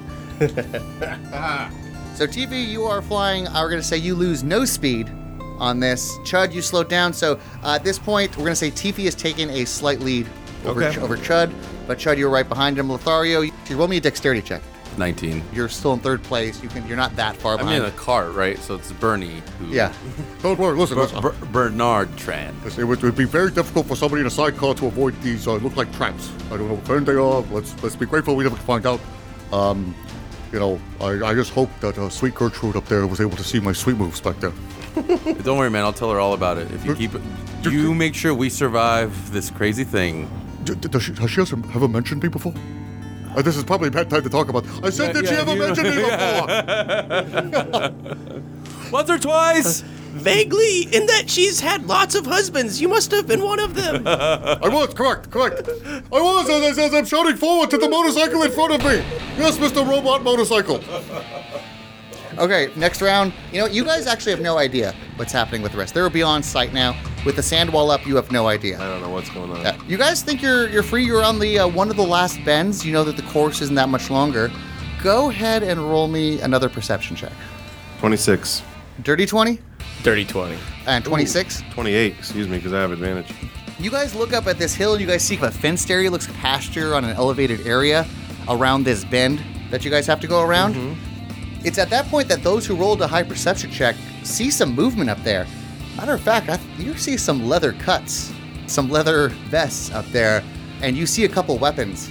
so TV, you are flying. Uh, We're gonna say you lose no speed on this. Chud, you slowed down. So uh, at this point, we're gonna say TV has taken a slight lead over
Okay.
Ch- over Chud, but Chud, you're right behind him. Lothario, Actually, roll me a dexterity check.
19.
You're still in third place. You can. You're not that far
I'm
behind.
in a cart, right? So it's Bernie. Who,
yeah.
Don't worry, listen,
Ber-
listen.
Ber- Bernard Tran.
Listen, It would, it would be very difficult for somebody in a sidecar to avoid these uh, look like traps. I don't know what kind they are. Let's let's be grateful we never find out. Um, you know, I, I just hope that uh, sweet Gertrude up there was able to see my sweet moves back there.
Don't worry, man. I'll tell her all about it. If you keep it, you make sure we survive this crazy thing.
D- d- does she, has she ever, ever mentioned me before? Uh, this is probably a bad time to talk about. I said, did she ever mention me before?
Once or twice.
Vaguely, in that she's had lots of husbands. You must have been one of them.
I was correct, correct. I was as, as I'm shouting forward to the motorcycle in front of me. Yes, Mr. Robot Motorcycle.
Okay, next round. You know, you guys actually have no idea what's happening with the rest. They're beyond sight now. With the sand wall up, you have no idea.
I don't know what's going on.
Yeah, you guys think you're you're free. You're on the uh, one of the last bends. You know that the course isn't that much longer. Go ahead and roll me another perception check.
26.
Dirty twenty
Dirty 20.
and twenty six.
28, excuse me, because I have advantage.
You guys look up at this hill and you guys see a fenced area, looks like pasture on an elevated area around this bend that you guys have to go around. It's at that point that those who rolled a high perception check see some movement up there. Matter of fact, I, you see some leather cuts, some leather vests up there, and you see a couple weapons.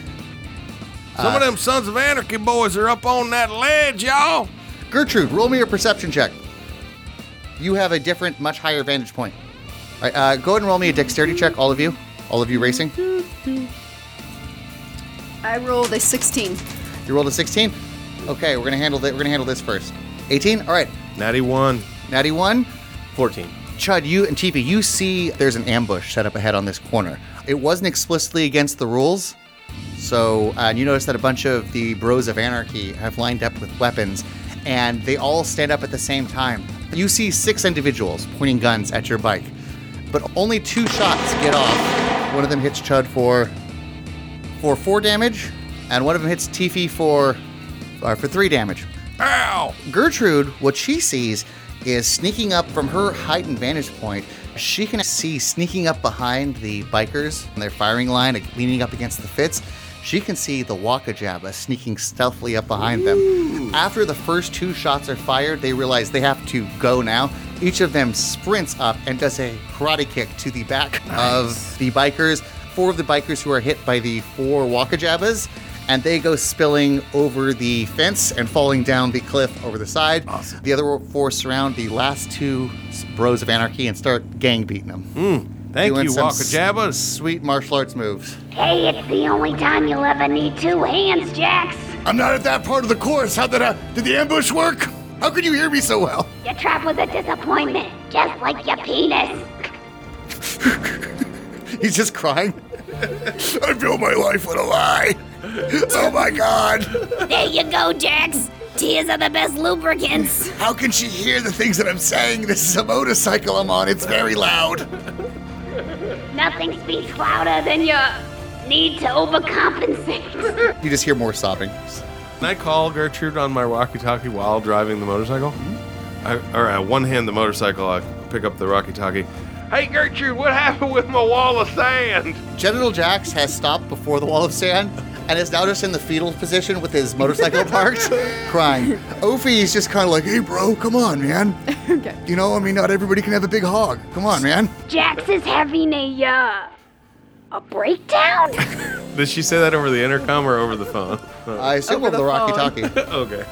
Uh,
Some of them Sons of Anarchy boys are up on that ledge, y'all.
Gertrude, roll me a perception check. You have a different, much higher vantage point. All right, uh, go ahead and roll me a dexterity check, all of you, all of you racing.
I rolled a 16.
You rolled a 16. Okay, we're gonna handle that. We're gonna handle this first. 18. All right,
Natty one.
natty one.
14.
Chud, you and Tifa, you see there's an ambush set up ahead on this corner. It wasn't explicitly against the rules, so uh, you notice that a bunch of the Bros of Anarchy have lined up with weapons, and they all stand up at the same time. You see six individuals pointing guns at your bike, but only two shots get off. One of them hits Chud for for four damage, and one of them hits Tifi for uh, for three damage. Ow! Gertrude, what she sees is sneaking up from her heightened vantage point. She can see sneaking up behind the bikers and their firing line, like, leaning up against the fits. She can see the Waka Jabba sneaking stealthily up behind them. After the first two shots are fired, they realize they have to go now. Each of them sprints up and does a karate kick to the back of the bikers four of the bikers who are hit by the four Wakajabas, and they go spilling over the fence and falling down the cliff over the side. Awesome. The other four surround the last two bros of anarchy and start gang beating them.
Hmm. Thank
Doing
you,
some
Walker Jabbas.
Sweet martial arts moves.
Hey, it's the only time you'll ever need two hands, Jax.
I'm not at that part of the course. How did I, did the ambush work? How can you hear me so well?
You're trapped with a disappointment, just like your penis.
He's just crying.
I feel my life with a lie. Oh my god.
There you go, Jax. Tears are the best lubricants.
How can she hear the things that I'm saying? This is a motorcycle I'm on. It's very loud.
Nothing speaks louder than your need to overcompensate.
You just hear more sobbing.
Can I call Gertrude on my walkie-talkie while driving the motorcycle?
Mm-hmm.
I, all right, one hand the motorcycle, I pick up the walkie-talkie. Hey, Gertrude, what happened with my wall of sand?
Genital Jax has stopped before the wall of sand and is now just in the fetal position with his motorcycle parked, crying. Ophi is just kind of like,
Hey, bro, come on, man.
Okay.
You know, I mean, not everybody can have a big hog. Come on, man.
Jax is having a, uh, a breakdown.
Did she say that over the intercom or over the phone?
I assume
Over
over
the
the walkie talkie.
okay.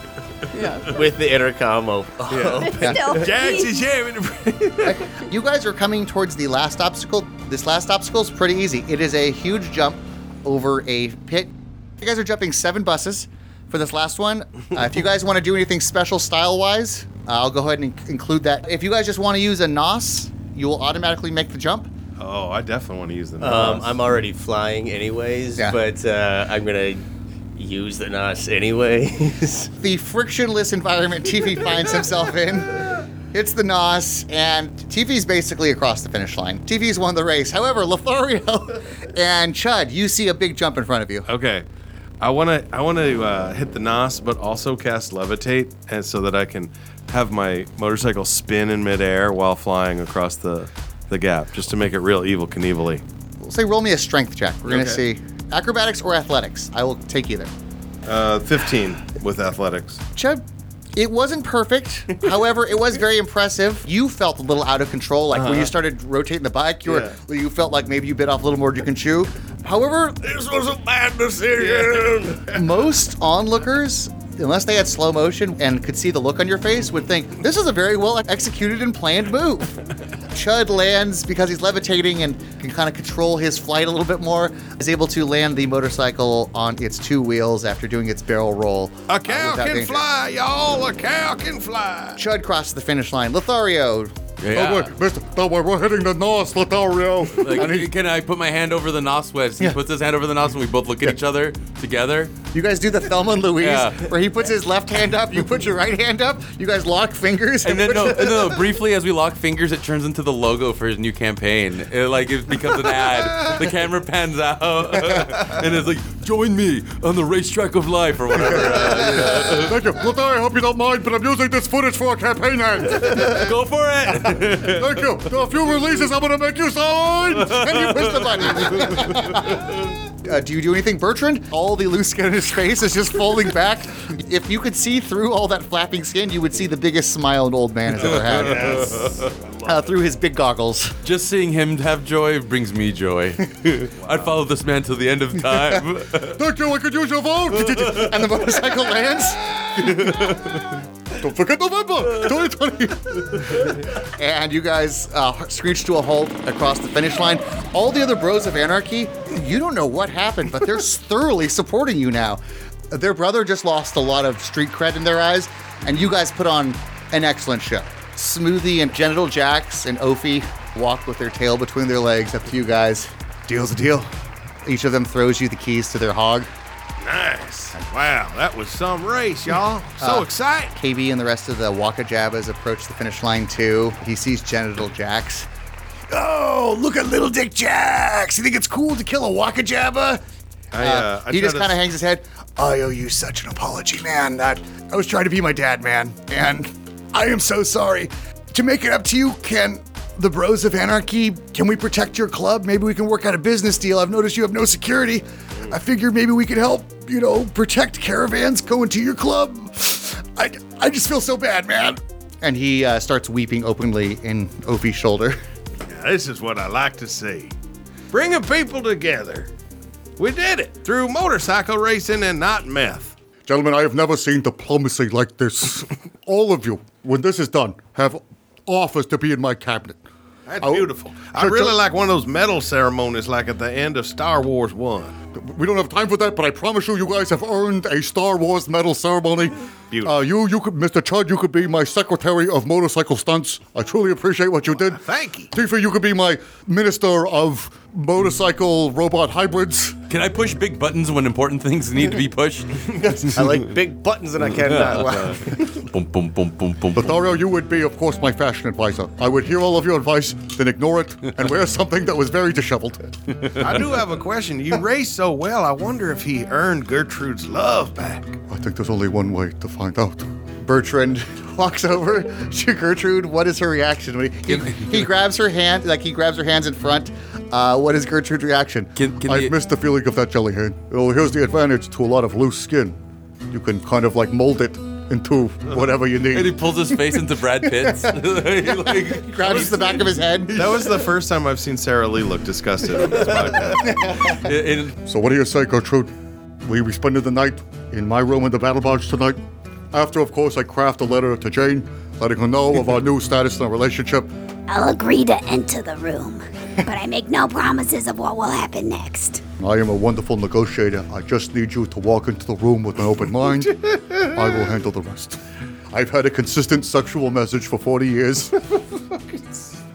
With the intercom
Oh.
open.
Still.
Jax is having a
You guys are coming towards the last obstacle. This last obstacle is pretty easy. It is a huge jump over a pit. You guys are jumping seven buses for this last one. Uh, if you guys want to do anything special style wise, uh, I'll go ahead and in- include that. If you guys just want to use a NOS, you will automatically make the jump.
Oh, I definitely want to use the
Um,
mouse.
I'm already flying anyways,
Yeah.
but uh, I'm gonna use the NOS anyways.
The frictionless environment Tiffy finds himself in. It's the NOS, and Tiffy's basically across the finish line. Tiffy's won the race. However, Lothario and Chud, you see a big jump in front of you.
Okay. I want to I want to uh, hit the nos, but also cast levitate, and so that I can have my motorcycle spin in midair while flying across the the gap, just to make it real evil Knievelly.
Say, roll me a strength check. We're gonna
Okay.
see acrobatics or athletics. I will take either.
Uh, 15 with athletics.
Chud, it wasn't perfect. However, it was very impressive. You felt a little out of control, like when
Uh-huh.
you started rotating the bike. You were,
Yeah.
you felt like maybe you bit off a little more than you can chew. However,
This was a bad decision.
most onlookers, unless they had slow motion and could see the look on your face, would think this is a very well executed and planned move. Chud lands because he's levitating and can kind of control his flight a little bit more. Is able to land the motorcycle on its two wheels after doing its barrel roll. uh,
A cow
without
can
danger.
fly, y'all. A cow can fly.
Chud crosses the finish line. Lothario.
Yeah.
Oh, wait, mister, don't worry, we're hitting the North, Lothario.
Like,
and he,
can I put my hand over the Noswebs? He
Yeah.
puts his hand over the Nos, and we both look at each other together.
You guys do the Thelma and Louise
Yeah.
where he puts his left hand up, you put your right hand up, you guys lock fingers.
And then
put
no,
your-
no, no, briefly as we lock fingers, it turns into the logo for his new campaign. It like it becomes an ad. The camera pans out, and it's like, "Join me on the racetrack of life" or whatever. Uh,
thank you. Lothario, I hope you don't mind, but I'm using this footage for a campaign ad.
yeah. Go for it.
thank you. A few releases I'm going to make you sign.
and you push the button. Uh, do you do anything, Bertrand? All the loose skin in his face is just folding back. If you could see through all that flapping skin, you would see the biggest smile an old man has ever had. uh, through his big goggles.
Just seeing him have joy brings me joy. I'd follow this man till the end of time.
Thank you, I could use your vote.
And the motorcycle lands.
Don't forget November 2020.
and you guys uh, screech to a halt across the finish line. All the other bros of anarchy, you don't know what happened, but they're thoroughly supporting you now. Their brother just lost a lot of street cred in their eyes, and you guys put on an excellent show. Smoothie and Genital Jacks and Ophi walk with their tail between their legs up to you guys. Deal's a deal. Each of them throws you the keys to their hog.
Nice. Wow, that was some race, y'all.
Uh,
So exciting.
KB and the rest of the Waka Jabbas approach the finish line too. He sees Genital Jacks.
Oh, look at Little Dick Jacks. You think it's cool to kill a Waka Jabba?
I, uh, I
he just
tried
kind
to-
of hangs his head.
I owe you such an apology, man. That I was trying to be my dad, man, and I am so sorry. To make it up to you, can the Bros of Anarchy? Can we protect your club? Maybe we can work out a business deal. I've noticed you have no security. I figured maybe we could help, you know, protect caravans going to your club. I, I just feel so bad, man.
and he uh, starts weeping openly in Opie's shoulder.
This is what I like to see. Bringing people together. We did it through motorcycle racing and not meth.
Gentlemen, I have never seen diplomacy like this. All of you, when this is done, have offers to be in my cabinet.
That's
Oh,
beautiful. I
sure,
really
Joe-
like one of those medal ceremonies like at the end of Star Wars 1.
We don't have time for that, but I promise you, you guys have earned a Star Wars medal ceremony.
Beautiful.
Uh, you, you could, Mr. Chud, you could be my secretary of motorcycle stunts. I truly appreciate what you did.
Thank you.
Tifa, you could be my minister of motorcycle robot hybrids.
Can I push big buttons when important things need to be pushed?
I like big buttons and I cannot laugh.
boom, boom, boom, boom, boom. boom.
Lothario, you would be, of course, my fashion advisor. I would hear all of your advice, then ignore it, and wear something that was very disheveled.
I do have a question. You raced so well. I wonder if he earned Gertrude's love back.
I think there's only one way to find out.
Bertrand walks over to Gertrude. What is her reaction? When he, he, he grabs her hand, like he grabs her hands in front. Uh, what is Gertrude's reaction?
Can, can
I've
the-
missed the feeling of that jelly hand. Oh, here's the advantage to a lot of loose skin. You can kind of like mold it into whatever you
And he
need.
pulls his face into Brad Pitt's. Like,
Grabs the back of his head.
That was the first time I've seen Sarah Lee look disgusted on this podcast.
and-
So what do you say, Gertrude? We we spend the night in my room in the battle barge tonight. After, of course, I craft a letter to Jane, letting her know of our new status in our relationship.
I'll agree to enter the room, but I make no promises of what will happen next.
I am a wonderful negotiator. I just need you to walk into the room with an open mind. I will handle the rest. I've had a consistent sexual message for 40 years.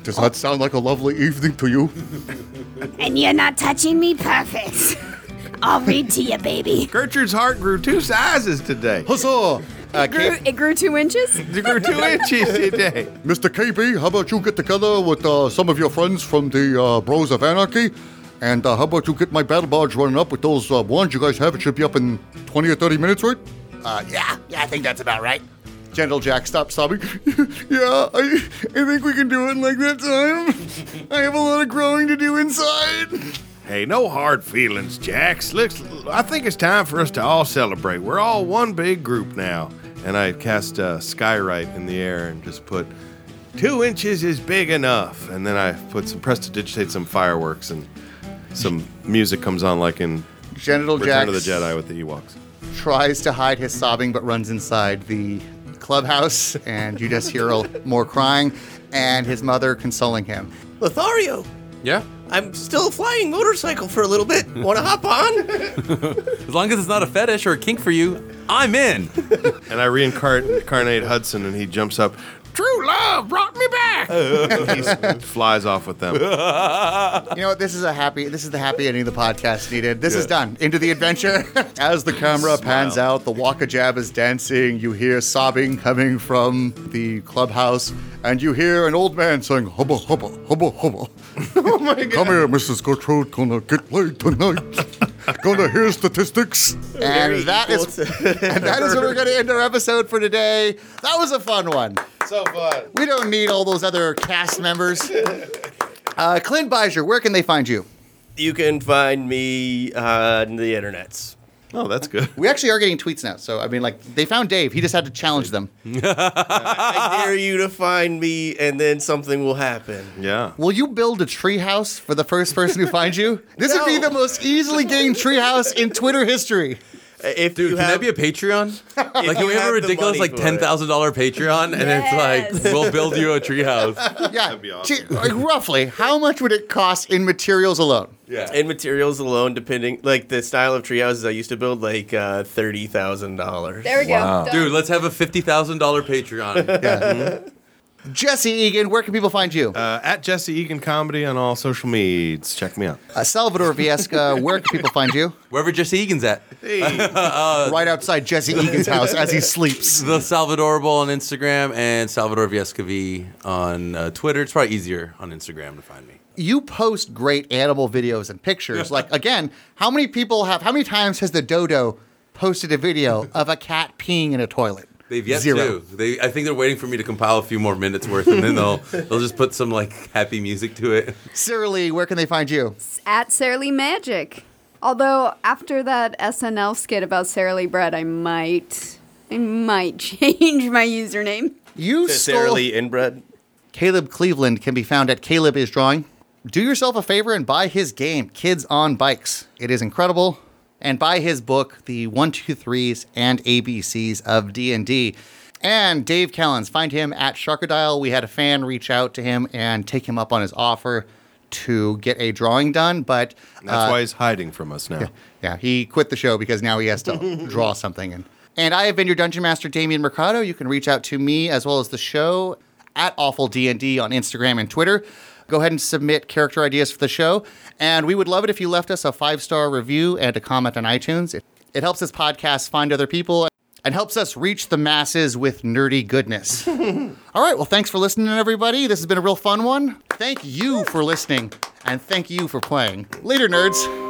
Does that sound like a lovely evening to you?
And you're not touching me? Perfect. I'll read to you, baby.
Gertrude's heart grew two sizes today.
Huzzah!
Uh,
It grew,
K-
it grew two inches.
It grew two inches today.
Mr. KB, how about you get together with uh, some of your friends from the uh, Bros of Anarchy? And uh, how about you get my battle barge running up with those uh, wands you guys have? It should be up in 20 or 30 minutes, right?
Uh, yeah, yeah, I think that's about right.
Gentle Jack stops sobbing.
yeah, I, I think we can do it in like that time. I have a lot of growing to do inside.
Hey, no hard feelings, Jax. Let's, I think it's time for us to all celebrate. We're all one big group now. And I cast uh, Skyrite in the air and just put two inches is big enough. And then I put some prestidigitate some fireworks and some music comes on like in
Genital
Return of the
Jax.
Jedi with the Ewoks.
tries to hide his sobbing but runs inside the clubhouse and you just hear a- more crying and his mother consoling him
Lothario,
Yeah.
I'm still flying motorcycle for a little bit. Want to hop on?
As long as it's not a fetish or a kink for you, I'm in.
And I reincarnate Hudson and he jumps up,
True love brought me back.
he s- flies off with them.
you know what this is a happy this is the happy ending the podcast needed this is done into the adventure as the camera pans out the waka jab is dancing you hear sobbing coming from the clubhouse and you hear an old man saying
Hubba, hubba, hubba, hubba. Come here, Mrs. Gertrude. Gonna get laid tonight. Gonna hear statistics.
and that is and that is where we're going to end our episode for today that was a fun one
so fun.
We don't need all those other cast members. Uh, Clint Beiser, where can they find you?
You can find me on the internets.
Oh, that's good.
We actually are getting tweets now. So, I mean, like, they found Dave. He just had to challenge them.
I dare you to find me, and then something will happen.
Yeah.
Will you build a treehouse for the first person who finds you? This would be the most easily gained treehouse in Twitter history.
If you
Dude, can
have,
that be a Patreon? like, can
you
we
have
have a
the
ridiculous,
money
like,
for it.
$10,000 Patreon? And it's like, we'll build you a treehouse.
Yeah.
That'd be awesome.
Gee, like, roughly, how much would it cost in materials alone?
yeah.
in materials alone, depending like the style of tree houses I used to build, like uh, thirty thousand dollars.
There we go. Done.
Dude, let's have a $50,000 Patreon.
Mm-hmm. Jesse Egan, where can people find you?
Uh, at Jesse Egan Comedy on all social medias. Check me out.
Uh, Salvador Viesca, where can people find you?
Wherever Jesse Egan's at. Uh,
right outside Jesse Egan's house as he sleeps.
The Salvadorable on Instagram and Salvador Viesca V on uh, Twitter. It's probably easier on Instagram to find me.
you post great animal videos and pictures. like again, how many people have how many times has the dodo posted a video of a cat peeing in a toilet?
They've yet
Zero.
to. They, I think they're waiting for me to compile a few more minutes worth, and then they'll they'll just put some like happy music to it.
Cyrily, where can they find you?
at Sarah Lee Magic. Although after that SNL skit about Sarah Lee Bread, I might, I might change my username.
You stole
Necessarily inbred.
Caleb Cleveland can be found at Caleb is drawing. Do yourself a favor and buy his game, Kids on Bikes. It is incredible. And buy his book, The One Two Threes and ABCs of D and D. And Dave Callens, find him at Sharkadile. We had a fan reach out to him and take him up on his offer to get a drawing done, but uh,
That's why he's hiding from us now.
yeah, he quit the show because now he has to draw something. And, and I have been your dungeon master, Damian Mercado. You can reach out to me as well as the show at Awful D and D on Instagram and Twitter. Go ahead and submit character ideas for the show, and we would love it if you left us a five star review and a comment on iTunes. It, it helps this podcast find other people and helps us reach the masses with nerdy goodness. All right, well, thanks for listening, everybody. This has been a real fun one. Thank you for listening, and thank you for playing. Later, nerds.